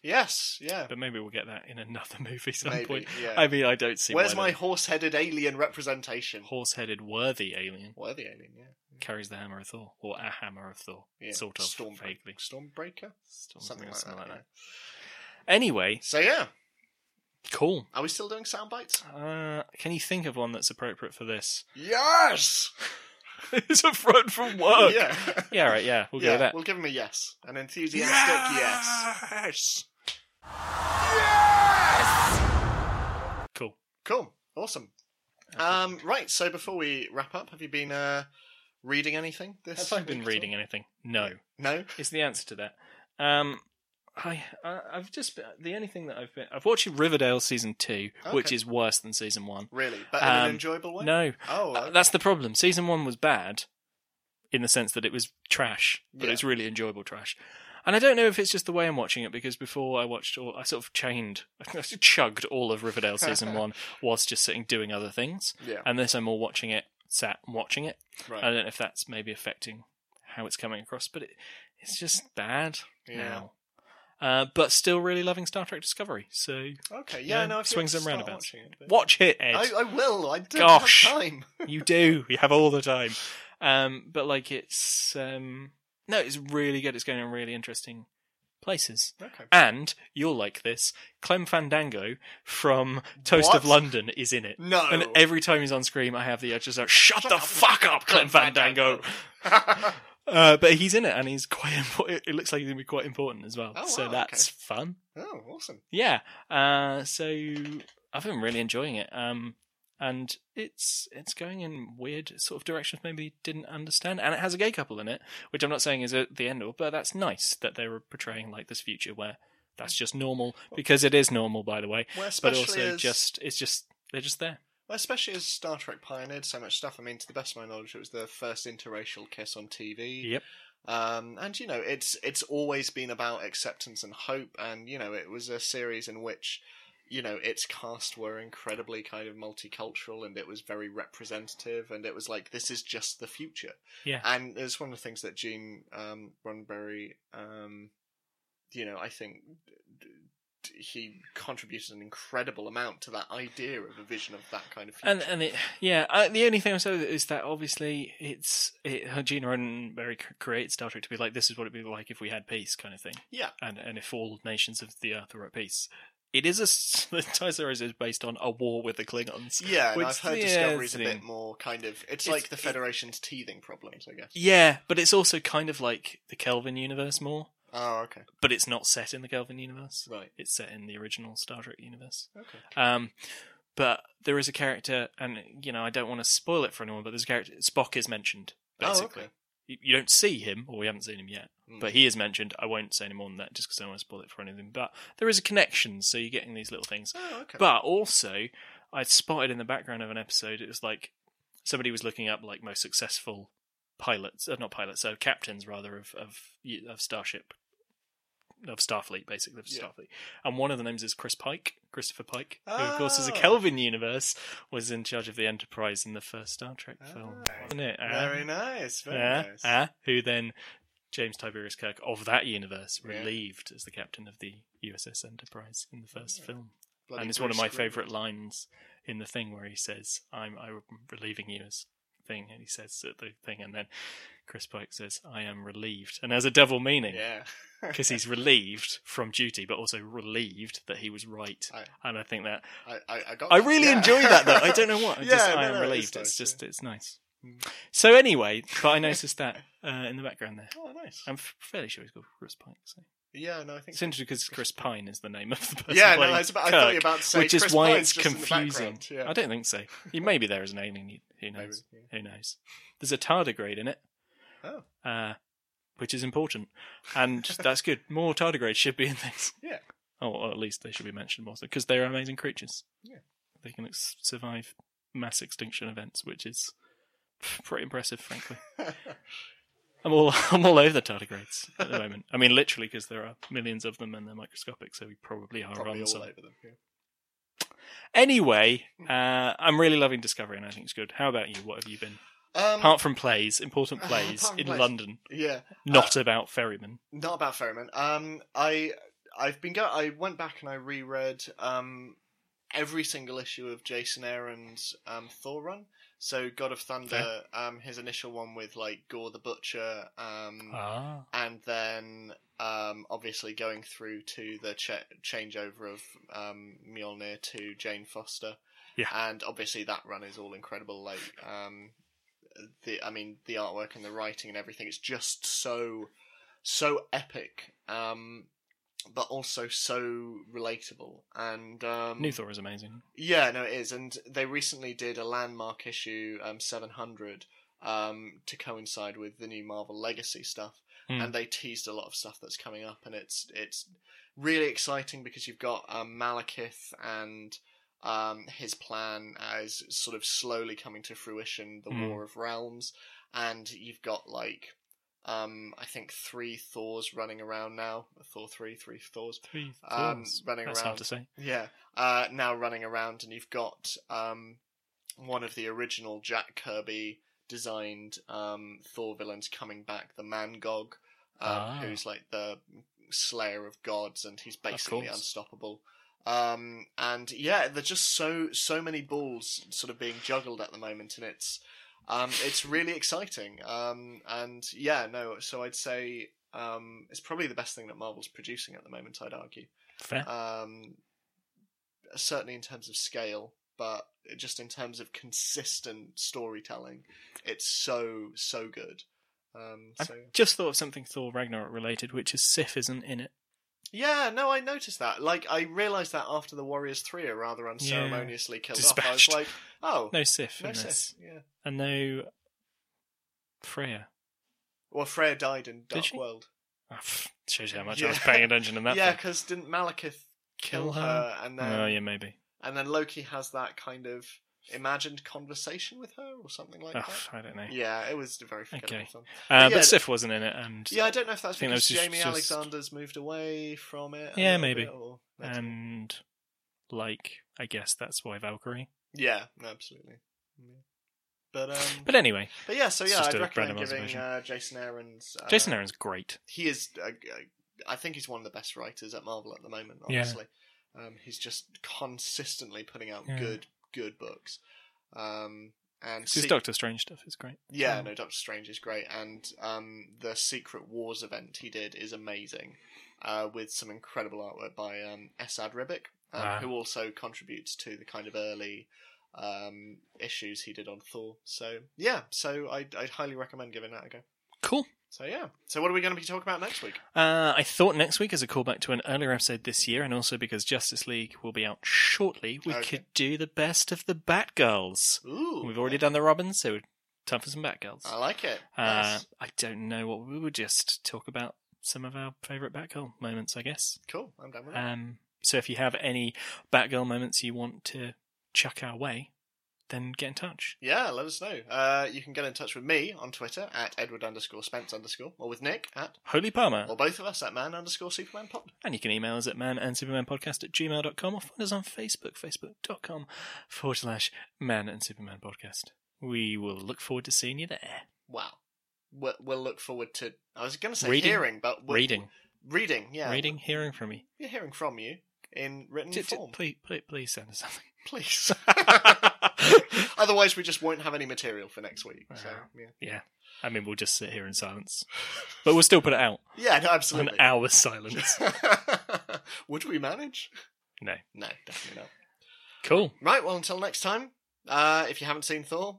yes. Yeah. But maybe we'll get that in another movie some Maybe. point. Yeah. I mean, I don't see Where's why my horse-headed alien representation? horse-headed worthy alien What are the alien? Yeah. carries the hammer of Thor or a hammer of Thor, yeah. sort of Stormbreaker. vaguely, Stormbreaker. Storm- Something like that. yeah. Anyway, So yeah, cool. are we still doing sound bites? Uh, can you think of one that's appropriate for this? Yes. it's a friend from work. Yeah. Yeah, right. Yeah, we'll go yeah. with that. We'll give him a yes. An enthusiastic yes. yes. Cool. Cool. Awesome. Um, right. So before we wrap up, have you been uh, reading anything? This Have I week been at all? reading anything? No. No. is the answer to that. Um, I, I I've just been, the only thing that I've been I've watched Riverdale season two, which Okay. is worse than season one. Really, but in an Um, enjoyable way. No, Oh, Uh, uh, that's the problem. Season one was bad in the sense that it was trash, but Yeah. it's really enjoyable trash. And I don't know if it's just the way I'm watching it because before I watched all, I sort of chained, I chugged all of Riverdale season one whilst just sitting doing other things. yeah. And this I'm all watching it, sat and watching it. Right. I don't know if that's maybe affecting how it's coming across, but it, it's just bad yeah. now. Uh, but still really loving Star Trek Discovery. So Okay. Yeah. Yeah, No. I've swings yet to and start roundabouts. watching it, but- watch it, Ed. I, I will. I do Gosh. have time. you do. You have all the time. Um, but like it's um, no, it's really good. It's going in really interesting places. Okay. And you'll like this. Clem Fandango from Toast of What? London is in it. No. And every time he's on screen, I have the I just like, shut the fuck up, Clem Fandango. Uh, but he's in it, and he's quite. Important. It looks like he's gonna be quite important as well. Oh, so wow, that's fun. oh, awesome. yeah uh so i've been really enjoying it um and it's it's going in weird sort of directions maybe didn't understand and it has a gay couple in it which i'm not saying is at the end all but that's nice that they're portraying like this future where that's just normal because it is normal by the way Well, but especially also as, just it's just they're just there well, especially as Star Trek pioneered so much stuff. I mean, to the best of my knowledge, it was the first interracial kiss on TV. yep Um, and you know, it's it's always been about acceptance and hope, and you know, it was a series in which, you know, its cast were incredibly kind of multicultural, and it was very representative, and it was like this is just the future. Yeah. and it's one of the things that Gene um, Runberry, um, you know, I think. d- d- He contributed an incredible amount to that idea of a vision of that kind of future. and and it yeah uh, the only thing i'll say is that obviously it's it gina roddenberry c- creates star trek to be like this is what it'd be like if we had peace kind of thing Yeah. and and if all nations of the earth were at peace it is a s- the entire series is based on a war with the klingons yeah, and which- I've heard yeah, Discovery's a thing. bit more kind of. It's, uh, It's- like the it- Federation's teething problems, I guess. yeah but it's also kind of like the kelvin universe more Oh, okay. but it's not set in the kelvin universe Right. it's set in the original star trek universe Okay. Um, but there is a character, and you know, I don't want to spoil it for anyone, but there's a character Spock is mentioned. Basically, Oh, okay. you, you don't see him, or we haven't seen him yet, Mm. but he is mentioned. I won't say any more than that, just because I don't want to spoil it for anything. But there is a connection, so you're getting these little things. Oh, okay. But also, I spotted in the background of an episode, it was like somebody was looking up like most successful pilots, uh, not pilots, so captains rather of of of starship, of Starfleet, basically of Yeah. Starfleet. And one of the names is Chris Pike, Christopher Pike, who of course is a Oh. Kelvin universe, was in charge of the Enterprise in the first Star Trek film, Ah. wasn't it? Ah, very nice. Very ah, nice. ah, who then? James Tiberius Kirk of that universe, Yeah. relieved as the captain of the USS Enterprise in the first Yeah. film Bloody and it's one of Bruce my Green. favourite lines in the thing where he says, "I'm I'm relieving you as thing," and he says the- the thing, and then Chris Pike says, "I am relieved," and has a double meaning Yeah. because he's relieved from duty, but also relieved that he was right. I- and I think that I, I, I, got I that, really yeah. enjoy that though. I don't know what. I Yeah, just, no, I am no, it's relieved. It's, nice, just it's nice. Mm. So anyway, but I noticed that uh, in the background there. Oh, nice. I'm f- fairly sure he's called Chris Pike. So. yeah, no, I think. Um, It's interesting because Chris Pine is the name of the person. yeah, no, playing I, was about, I Kirk, thought you were about to say which is Chris why Pine's it's just in the confusing. background, yeah. I don't think so. He may be there as an alien. he- Who Maybe, knows? yeah. Who knows? There's a tardigrade in it. Oh. Uh, which is important, and that's good. More tardigrades should be in things. Yeah. Or, or at least they should be mentioned more because they're amazing creatures. Yeah. They can ex- survive mass extinction events, which is pretty impressive, frankly. I'm all I'm all over the tardigrades at the moment. I mean, literally, because there are millions of them and they're microscopic, so we probably are Probably on all some. over them. Yeah. Anyway, uh, I'm really loving Discovery, and I think it's good. How about you? What have you been Um, apart from plays, important plays Apart from in plays. London, yeah, not about ferrymen? not about Ferryman. Um, I I've been go- I went back and I reread um every single issue of Jason Aaron's um Thor run. So God of Thunder, um, his initial one with like Gore the Butcher, um, Ah, and then um, obviously going through to the ch- changeover of um, Mjolnir to Jane Foster. Yeah. and obviously that run is all incredible. Like, um, the I mean, the artwork and the writing and everything—it's just so, so epic, um, but also so relatable. And um, New Thor is amazing. yeah, no, it is, and they recently did a landmark issue, um, seven hundred, um, to coincide with the new Marvel Legacy stuff, Hmm. and they teased a lot of stuff that's coming up, and it's it's really exciting because you've got um, Malekith and um, his plan as sort of slowly coming to fruition, the Hmm. War of Realms, and you've got like. Um, I think three Thors running around now. Thor three, three Thors. Three Um, Thors. running That's around. hard to say. Yeah. Uh, now running around, and you've got um, one of the original Jack Kirby designed um, Thor villains coming back, the Mangog, um, Ah. who's like the slayer of gods, and he's basically course. unstoppable. Um, and yeah, there's just so so many balls sort of being juggled at the moment, and it's um, it's really exciting. Um, and yeah, no, so I'd say um, it's probably the best thing that Marvel's producing at the moment. I'd argue Fair. um, certainly in terms of scale, but just in terms of consistent storytelling, it's so so good. Um, I so just thought of something Thor Ragnarok related, which is Sif isn't in it. yeah, no, I noticed that. Like, I realised that after the Warriors Three are rather unceremoniously killed off, I was Dispatched. like, oh, No Sif no in this, Sif, yeah. and no Freya. Well, Freya died in Dark she? World. Oh, pff, shows you how much I Yeah. was paying attention in Yeah, that. yeah, thing. because didn't Malekith kill Kill her? her, and then oh yeah, maybe. and then Loki has that kind of imagined conversation with her or something like Oh, that. I don't know. Yeah, it was a very forgettable Okay. film. Uh, But but yeah, Sif wasn't in it, and Yeah, I don't know if that's I think that because was just- Jamie just- Alexander's moved away from it. a Yeah, little maybe. Um, bit, or- and like I guess that's why Valkyrie. yeah, no, absolutely. Yeah. But um, but, But anyway, yeah, so it's yeah, just I'd a recommend random giving observation. uh, Jason Aaron's. Uh, Jason Aaron's great. He is. Uh, I think he's one of the best writers at Marvel at the moment. Yeah. Honestly, um, he's just consistently putting out Yeah. good, good books. Um, and His se- Doctor Strange stuff is great. yeah, Um, no, Doctor Strange is great, and um, the Secret Wars event he did is amazing, uh, with some incredible artwork by um, Esad Ribic, um, Wow. who also contributes to the kind of early um, issues he did on Thor. So yeah, so I, I'd highly recommend giving that a go. Cool. So yeah, so what are we going to be talking about next week? Uh, I thought next week, as a callback to an earlier episode this year, and also because Justice League will be out shortly, we Okay. could do the best of the Batgirls. Ooh, We've already done the Robins, so time for some Batgirls. I like it. Uh, Nice. I don't know what we will just talk about some of our favourite Batgirl moments, I guess. Cool. I'm done with that. Um, so if you have any Batgirl moments you want to chuck our way, then get in touch. Yeah, let us know. Uh, you can get in touch with me on Twitter at Edward underscore Spence underscore, or with Nick at, Holy Palmer. or both of us at Man underscore Superman Pod. And you can email us at manandsupermanpodcast at gmail.com or find us on Facebook, facebook.com forward slash man and superman podcast. We will look forward to seeing you there. Wow. We'll, we'll look forward to. I was going to say Reading. hearing, but we'll, reading, reading, yeah, reading, hearing from you. We're hearing from you in written D- d- form, please, please, please send us something. please. Otherwise, we just won't have any material for next week. So Wow. yeah, Yeah. I mean, we'll just sit here in silence. But we'll still put it out. yeah, no, An absolutely. hour's silence. Would we manage? No. No, definitely not. Cool. Right. Well, until next time. Uh, if you haven't seen Thor,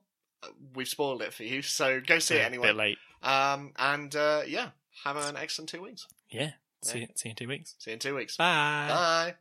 we've spoiled it for you, so go see it anyway. Bit late. Um, and uh, yeah, have an excellent two weeks. Yeah. See, Yeah. see you in two weeks. See you in two weeks. Bye. Bye.